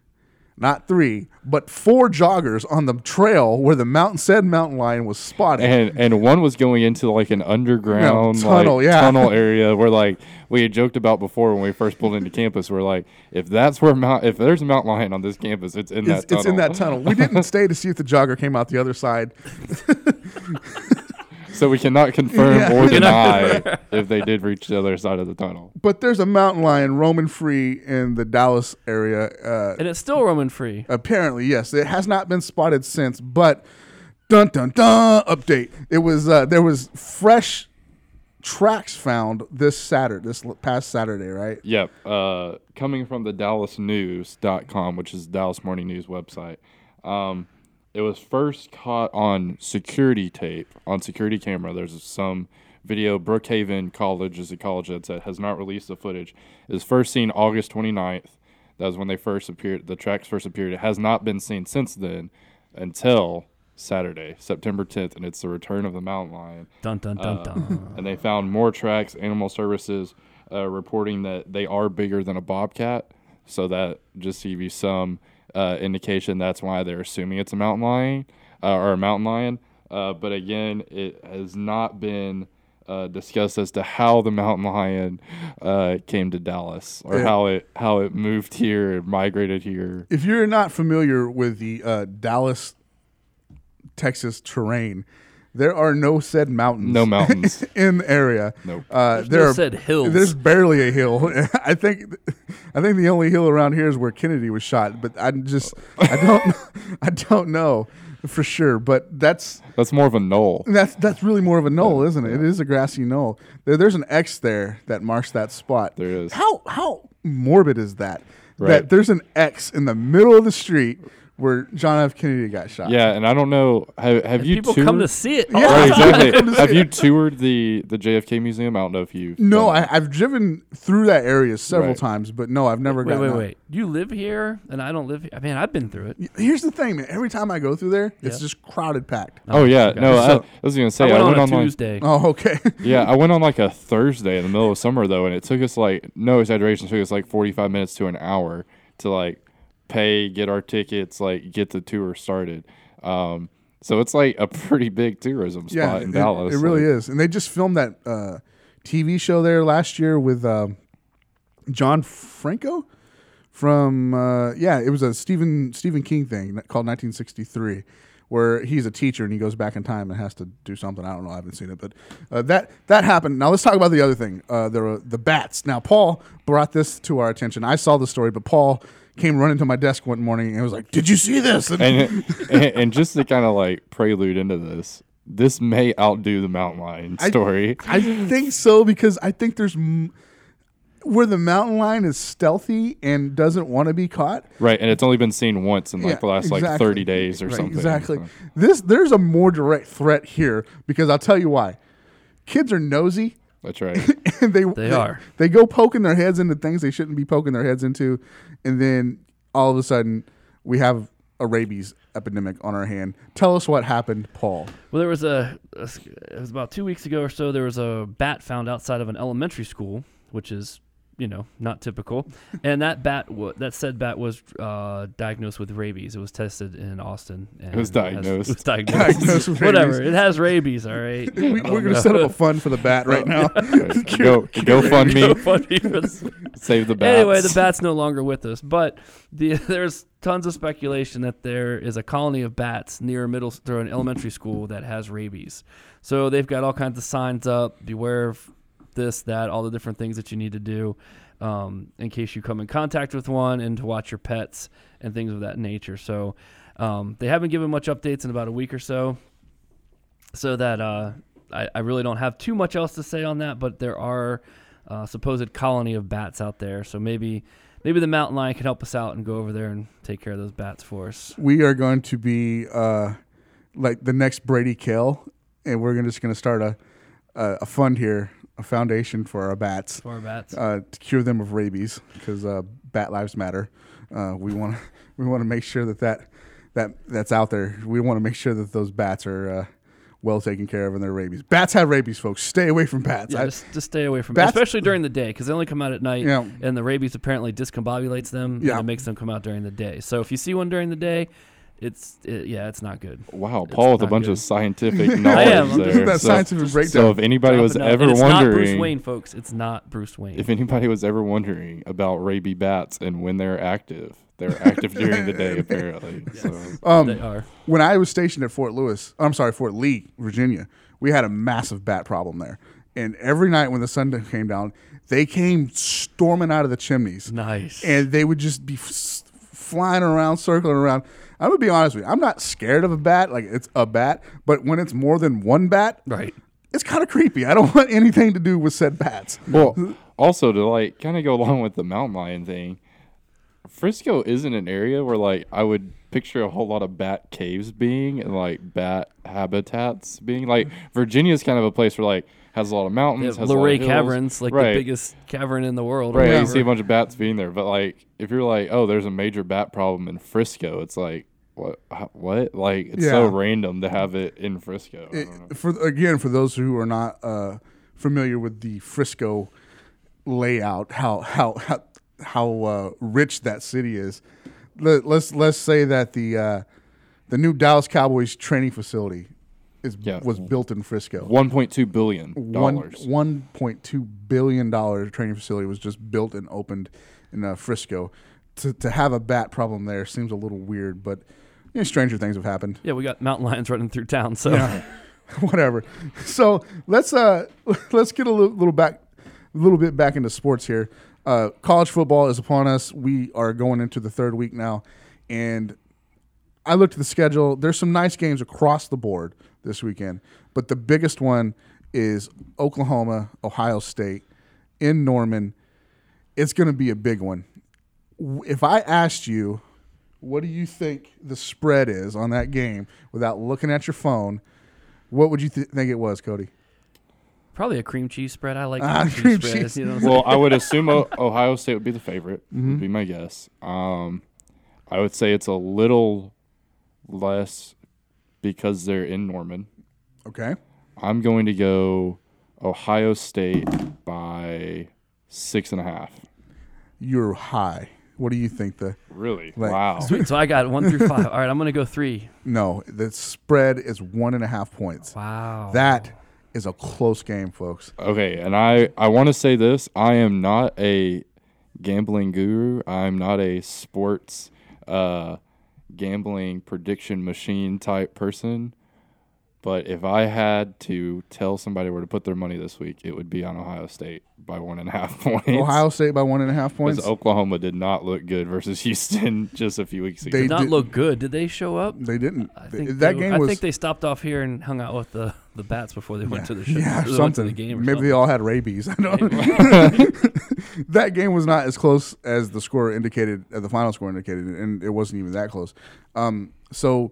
not three, but four joggers on the trail where the mountain said mountain lion was spotted. and and one was going into like an underground Yeah, tunnel, like, yeah. tunnel area where like we had joked about before when we first pulled into campus. We're like, if that's where Mount, if there's a Mount Lion on this campus, it's in it's, that tunnel. it's in that tunnel. We didn't stay to see if the jogger came out the other side. So we cannot confirm Yeah. or deny if they did reach the other side of the tunnel. But there's a mountain lion roaming free in the Dallas area. Uh, and it's still roaming free. apparently, yes, it has not been spotted since. But dun dun dun update. It was uh, there was fresh tracks found this Saturday, this l- past Saturday, right? Yep. Uh, coming from the DallasNews.com, which is Dallas Morning News website, um, it was first caught on security tape, on security camera. There's some video. Brookhaven College is a college that's- that has not released the footage. It was first seen August 29th. That was when they first appeared. The tracks first appeared. It has not been seen since then until Saturday, September 10th, and it's the return of the mountain lion Dun dun Uh, dun dun. and they found more tracks. Animal Services uh, reporting that they are bigger than a bobcat, so that just to give you some uh, indication, that's why they're assuming it's a mountain lion uh, or a mountain lion. Uh, but again, it has not been uh, discussed as to how the mountain lion uh, came to Dallas or how it how it moved here, and migrated here. If you're not familiar with the uh, Dallas, Texas terrain, there are no said mountains. No mountains. in the area. Nope. Uh, there no are, said hills. There's barely a hill. I think, I think the only hill around here is where Kennedy was shot. But I just, I don't, I don't know for sure. But that's That's more of a knoll. that's that's really more of a knoll, isn't it? It is a grassy knoll. There, there's an X there that marks that spot. There is. How how morbid is that? That Right. there's an X in the middle of the street where John F. Kennedy got shot. Yeah, and I don't know. Have, have you People come to toured- see it. Oh, Yeah. Right, exactly. Have you toured the the JFK Museum? I don't know if you. No, I, I've driven through that area several Right. times, but no, I've never Wait, gotten wait, out. wait. You live here and I don't live here. I mean, I've been through it. Here's the thing, man. Every time I go through there, it's Yeah. just crowded packed. Oh yeah, no. I, So- I was gonna say I I went on a like- Tuesday. Oh, okay. yeah, I went on like a Thursday in the middle of summer though, and it took us like no exaggeration, it took us like forty five minutes to an hour to like pay, get our tickets, like get the tour started. Um, so it's like a pretty big tourism spot yeah, in it, Dallas. it really like, is. And they just filmed that uh, TV show there last year with um, John Franco from uh, yeah, it was a Stephen Stephen King thing called 1963. Where he's a teacher and he goes back in time and has to do something. I don't know. I haven't seen it, but uh, that that happened. Now let's talk about the other thing. Uh, there were the bats. Now Paul brought this to our attention. I saw the story, but Paul came running to my desk one morning and was like, "Did you see this?" And- And, and and just to kind of like prelude into this, this may outdo the mountain lion I- story. I think so because I think there's m- where the mountain lion is stealthy and doesn't want to be caught. Right, and it's only been seen once in like Yeah, the last like exactly. 30 days or something. Exactly. So- This there's a more direct threat here because I'll tell you why. Kids are nosy. That's right. and they They are. They go poking their heads into things they shouldn't be poking their heads into, and then all of a sudden we have a rabies epidemic on our hand. Tell us what happened, Paul. Well, there was a, a s- it was about two weeks ago or so. There was a bat found outside of an elementary school, which is you know not typical. and that bat, wa that said bat, was uh, diagnosed with rabies. It was tested in Austin. And has- was diagnosed. it was diagnosed. Diagnosed with Whatever. rabies. It has rabies. All right. We, we're going to set up a fund for the bat right now. Right. Go, go fund me. funny for this. Save the bats. Anyway, the bat's no longer with us, but the, there's tons of speculation that there is a colony of bats near a middle through an elementary school that has rabies. So they've got all kinds of signs up: beware of this, that, all the different things that you need to do um, in case you come in contact with one and to watch your pets and things of that nature. So um, they haven't given much updates in about a week or so. So that uh, I, I really don't have too much else to say on that, but there are uh, supposed colony of bats out there. So maybe maybe the mountain lion can help us out and go over there and take care of those bats for us. we are going to be uh, like the next Brady Kale, and we're gonna, just going to start a, a a fund here, a foundation for our bats, For our bats. uh, to cure them of rabies because uh, bat lives matter. Uh, we want to we want to make sure that, that that that's out there. We want to make sure that those bats are uh, well taken care of and their rabies. Bats have rabies, folks. Stay away from bats. Yeah, I- just, just stay away from Bats- especially during the day because they only come out at night, Yeah. and the rabies apparently discombobulates them. Yeah. and it makes them come out during the day. So if you see one during the day, it's it, yeah, it's not good. Wow, Paul with a not bunch good. of scientific knowledge am, I'm there. just- that so, scientific breakdown. so if anybody was Dropping out. ever And it's not Bruce wondering, Wayne, folks. It's not Bruce Wayne. if anybody was ever wondering about rabie bats and when they're active, they're active during the day apparently. So they are. when I was stationed at Fort Lewis, I'm sorry, Fort Lee, Virginia, we had a massive bat problem there. And every night when the sun came down, they came storming out of the chimneys. Nice. And they would just be f- flying around, circling around. I'm going to be honest with you. I'm not scared of a bat. Like, it's a bat. But when it's more than one bat, Right. it's kind of creepy. I don't want anything to do with said bats. Well, also to like kind of go along with the mountain lion thing, Frisco isn't an area where like I would picture a whole lot of bat caves being and like bat habitats being. Mm-hmm. Like Virginia's kind of a place where like has a lot of mountains, has a lot of Luray hills. Caverns, like right. the biggest cavern in the world. or Right, you whatever. see a bunch of bats being there, but like if you're like, oh, there's a major bat problem in Frisco, it's like what, how- what? Like it's so Yeah. random to have it in Frisco. I don't know. for again for those who are not uh, familiar with the Frisco layout, how how how, how uh, rich that city is. Let, let's let's say that the uh, the new Dallas Cowboys training facility is Yeah. was built in Frisco. 1.2 billion One dollars. one point two billion dollar training facility was just built and opened in uh, Frisco. To to have a bat problem there seems a little weird, but you know, stranger things have happened Yeah, we got mountain lions running through town. So whatever. So let's uh let's get a little, little back, a little bit back into sports here. Uh, college football is upon us. We are going into the third week now, and I looked at the schedule. There's some nice games across the board this weekend, but the biggest one is Oklahoma, Ohio State in Norman. It's going to be a big one. W- If I asked you, what do you think the spread is on that game without looking at your phone? What would you th- think it was, Cody? probably a cream cheese spread. I like Ah, cream cream cheese spreads. cheese. You know what I'm saying? well, I would assume O- Ohio State would be the favorite. Would be my guess. Um, I would say it's a little less because they're in Norman. Okay. I'm going to go Ohio State by six and a half. You're high. What do you think the Really? Right. Wow. Sweet. So I got one through five. All right, I'm gonna go three. no, the spread is one and a half points. Wow. That is a close game, folks. Okay, and I I want to say this. I am not a gambling guru. I'm not a sports uh, gambling prediction machine type person. But if I had to tell somebody where to put their money this week, it would be on Ohio State by one and a half points. Ohio State by one and a half points. because Oklahoma did not look good versus Houston just a few weeks ago. They- did not did- look good. Did they show up? They didn't. I Th- think that they, game I was think they stopped off here and hung out with the, the bats before they went to the show. yeah, or they went to something. the game. Or Maybe they all had rabies. I don't. that game was not as close as the score indicated, uh, the final score indicated, and it wasn't even that close. Um, so,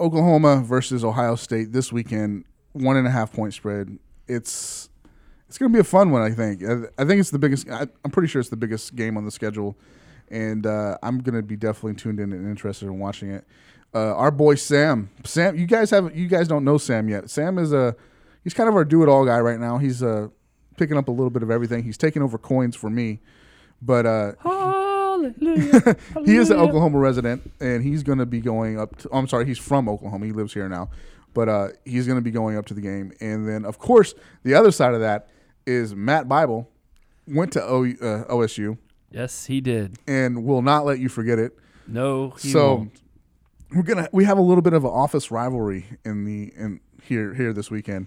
Oklahoma versus Ohio State this weekend, one and a half point spread. It's it's going to be a fun one, I think. I, I think it's the biggest. I, I'm pretty sure it's the biggest game on the schedule, and uh, I'm going to be definitely tuned in and interested in watching it. Uh, our boy Sam, Sam, you guys have you guys don't know Sam yet. Sam is a he's kind of our do it all guy right now. He's uh, picking up a little bit of everything. He's taking over coins for me, but uh, Hallelujah. he is an Hallelujah. Oklahoma resident, and he's going to be going up. To, I'm sorry, he's from Oklahoma. He lives here now, but uh, he's going to be going up to the game. And then, of course, the other side of that is Matt Bible went to o, uh, OSU Yes, he did. and will not let you forget it. No, he so won't. we're gonna we have a little bit of an office rivalry in the in here here this weekend.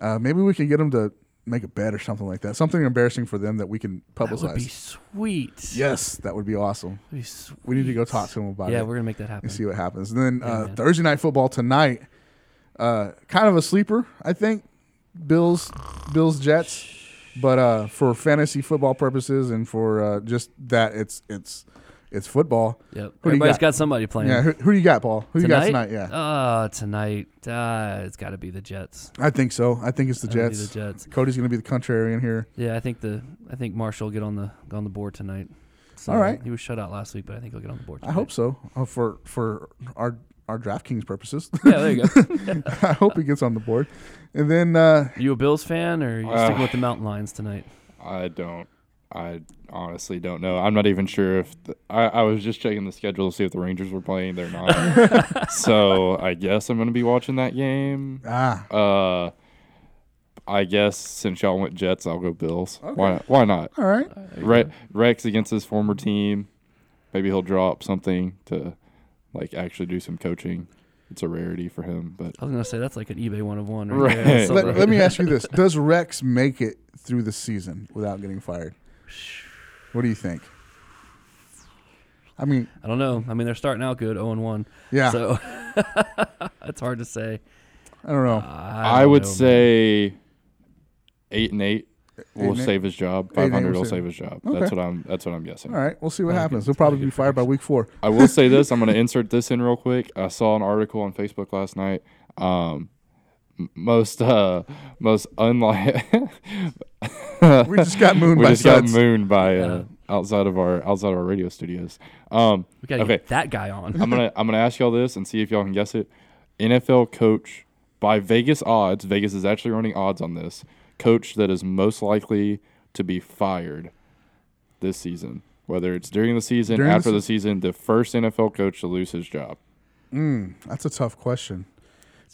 Uh, maybe we can get him to make a bet or something like that. Something embarrassing for them that we can That would be publicize. sweet. yes, that would be awesome. That'd be sweet. We need to go talk to them about Yeah, it we're gonna make that happen. and see what happens. And then uh, man. Thursday night football tonight, uh, kind of a sleeper, I think. Bills, Bills, Jets, but uh, for fantasy football purposes and for uh, just that, it's it's it's football. Yep. Who do you Everybody's got? got? somebody playing. Yeah, who, who do you got, Paul? Who you got tonight? Yeah, Uh, tonight. Uh, it's got to be the Jets. I think so. I think it's the I think Jets. the Jets. Cody's going to be the contrarian here. Yeah, I think the I think Marshall will get on the on the board tonight. So, All right. He was shut out last week, but I think he'll get on the board. I hope so uh, for for our our DraftKings purposes. Yeah, there you go. I hope he gets on the board. And then uh, you a Bills fan, or are you Uh. sticking with the Mountain Lions tonight? I don't. I honestly don't know. I'm not even sure if the, I, I was just checking the schedule to see if the Rangers were playing. They're not. so I guess I'm going to be watching that game. ah, Uh, I guess since y'all went Jets, I'll go Bills. Why? Why not? all right. Re- Rex against his former team. Maybe he'll drop something to like actually do some coaching. It's a rarity for him, but I was gonna say that's like an eBay one of one. Right. Right. there. That's so let, right. let me ask you this: Does Rex make it through the season without getting fired? What do you think? I mean, I don't know. I mean, they're starting out good, zero and one. yeah, So it's hard to say. I don't know. I, I, don't would know, man. say eight and eight Eight will and eight? save his job. Eight and eight Five hundred will will save- save his job. Okay. That's what I'm. That's what I'm guessing. All right, we'll see what Okay. happens. He'll probably Pretty be good fired by week four. I will say this. I'm going to insert this in real quick. I saw an article on Facebook last night. Um, m- most uh, most unlike We just got mooned we by just Suds. got mooned by uh, outside of our outside of our radio studios. Um, we gotta okay. get that guy on. I'm gonna I'm gonna ask y'all this and see if y'all can guess it. NFL coach by Vegas odds. Vegas is actually running odds on this coach that is most likely to be fired this season. Whether it's during the season, During the after se- the season, the first NFL coach to lose his job. That's a tough question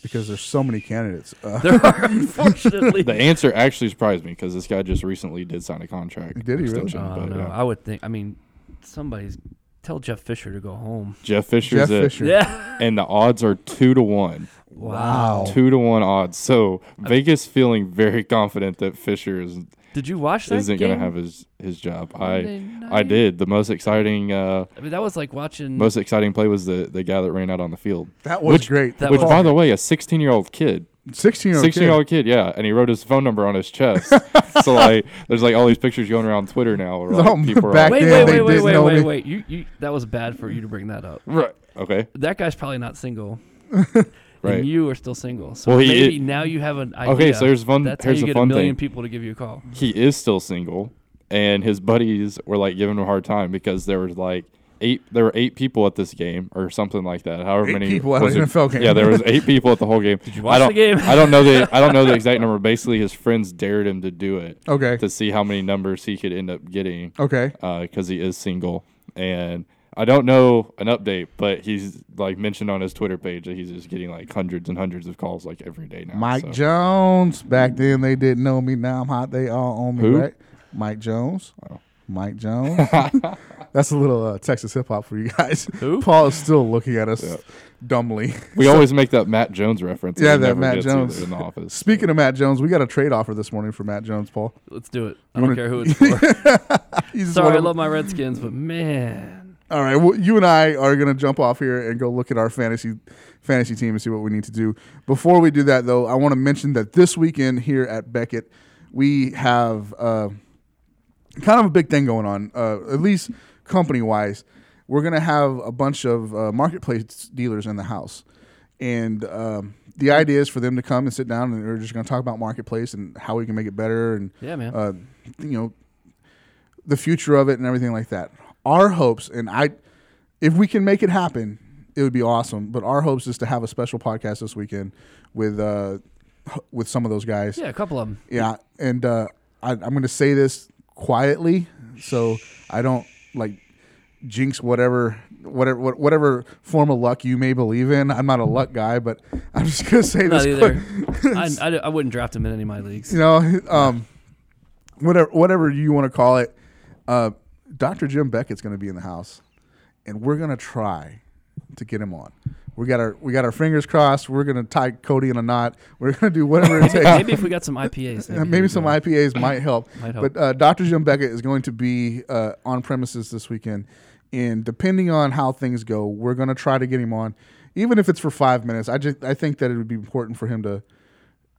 because there's so many candidates. Uh, there are unfortunately. The answer actually surprised me because this guy just recently did sign a contract. Did he really? extension, Oh, I but, uh, don't know. yeah. I would think. I mean, somebody's tell Jeff Fisher to go home. Jeff Fisher's Jeff it, Fisher. Yeah. and the odds are two to one. Oh. Wow. Two to one odds. So Vegas feeling very confident that Fisher is Did you watch that? isn't game? going to have his his job. I Monday I night? did. The most exciting uh, I mean, that was like watching. most exciting play was the the guy that ran out on the field. that was Which- great. oh that Which, was- by the way, a 16 year old kid, 16 year 16 year old. old kid, yeah, and he wrote his phone number on his chest. so like, there's like all these pictures going around Twitter now. Where, like, Oh, people are back like, wait, then wait, they wait, wait, didn't wait, know wait, me. wait. You, you, that was bad for you to bring that up. right, okay, That guy's probably not single. right. And you are still single. So Well, he maybe i- now you have an idea. Okay, so here's one- That's here's how the you get fun a million thing. people to give you a call. he is still single, and his buddies were like giving him a hard time because there was like eight there were eight people at this game or something like that. However Eight many people at was an it- NFL game. Yeah, there was eight people at the whole game. Did you watch I don't, the game? I don't know the I don't know the exact number. Basically, his friends dared him to do it. Okay. To see how many numbers he could end up getting Okay. because he is single and I don't know an update, but he's like mentioned on his Twitter page that he's just getting like hundreds and hundreds of calls like every day now. Mike so. Jones. Back then they didn't know me. Now I'm hot. They all on me, Who? Oh. right? Mike Jones. Mike Jones. That's a little uh, Texas hip hop for you guys. Who? Paul is still looking at us dumbly. We always make that Matt Jones reference. and Yeah, it that never Matt gets either Jones. in the office. Speaking of Matt Jones, we got a trade offer this morning for Matt Jones, Paul. Let's do it. I You wanna- don't care who it's for. He's just Sorry, I one of- love my Redskins, but man. All right, well, you and I are going to jump off here and go look at our fantasy fantasy team and see what we need to do. Before we do that, though, I want to mention that this weekend here at Beckett, we have uh, kind of a big thing going on, uh, at least company wise. We're going to have a bunch of uh, marketplace dealers in the house. And um, the idea is for them to come and sit down, and we're just going to talk about marketplace and how we can make it better, and Yeah, man. uh, you know, the future of it and everything like that. Our hopes, and I, if we can make it happen, it would be awesome. But our hopes is to have a special podcast this weekend with uh, h- with some of those guys. yeah, a couple of them. Yeah, and uh, I, I'm going to say this quietly, so I don't like jinx whatever whatever what- whatever form of luck you may believe in. I'm not a luck guy, but I'm just going to say Not this. either. quick- I, I, I wouldn't draft him in any of my leagues. you know, um, whatever whatever you want to call it. Uh, Dr. Jim Beckett's going to be in the house, and we're going to try to get him on. We're We got our we got our fingers crossed. We're gonna tie Cody in a knot. We're gonna do whatever it takes. Maybe if we got some IPAs. Uh, Maybe some IPAs. IPAs might help. Might help. But uh, Dr. Jim Beckett is going to be uh, on premises this weekend. And depending on how things go, we're going to try to get him on, even if it's for five minutes. I just I think that it would be important for him to,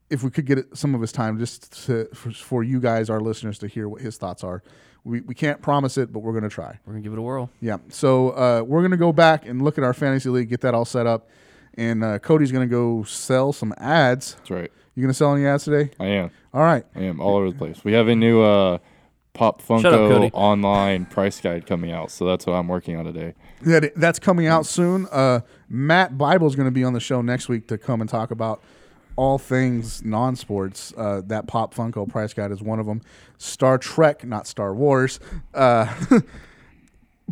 if we could get it- some of his time, just to, for, for you guys, our listeners, to hear what his thoughts are. We, we can't promise it, but we're going to try. We're gonna give it a whirl. Yeah. So uh, we're going to go back and look at our fantasy league, get that all set up. And uh, Cody's going to go sell some ads. That's right. You going to sell any ads today? I am. All right. I am all over the place. We have a new uh, Pop Cody. Funko online price guide coming out, so that's what I'm working on today. that that's coming out soon. Uh, Matt Bible is going to be on the show next week to come and talk about all things non-sports. Uh, that Pop Funko price guide is one of them. Star Trek, not Star Wars. Uh,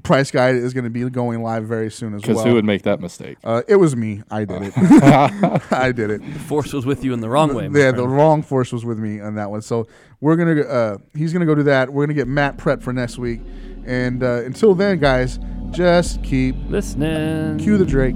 price guide is going to be going live very soon as Because well. who would make that mistake? uh, it was me. I did it. I did it. The force was with you in the wrong way. my Yeah, the friend. wrong force was with me on that one. So we're gonna uh, he's gonna go do that. We're gonna get Matt prepped for next week. And uh, until then, guys, just keep listening. cue the Drake.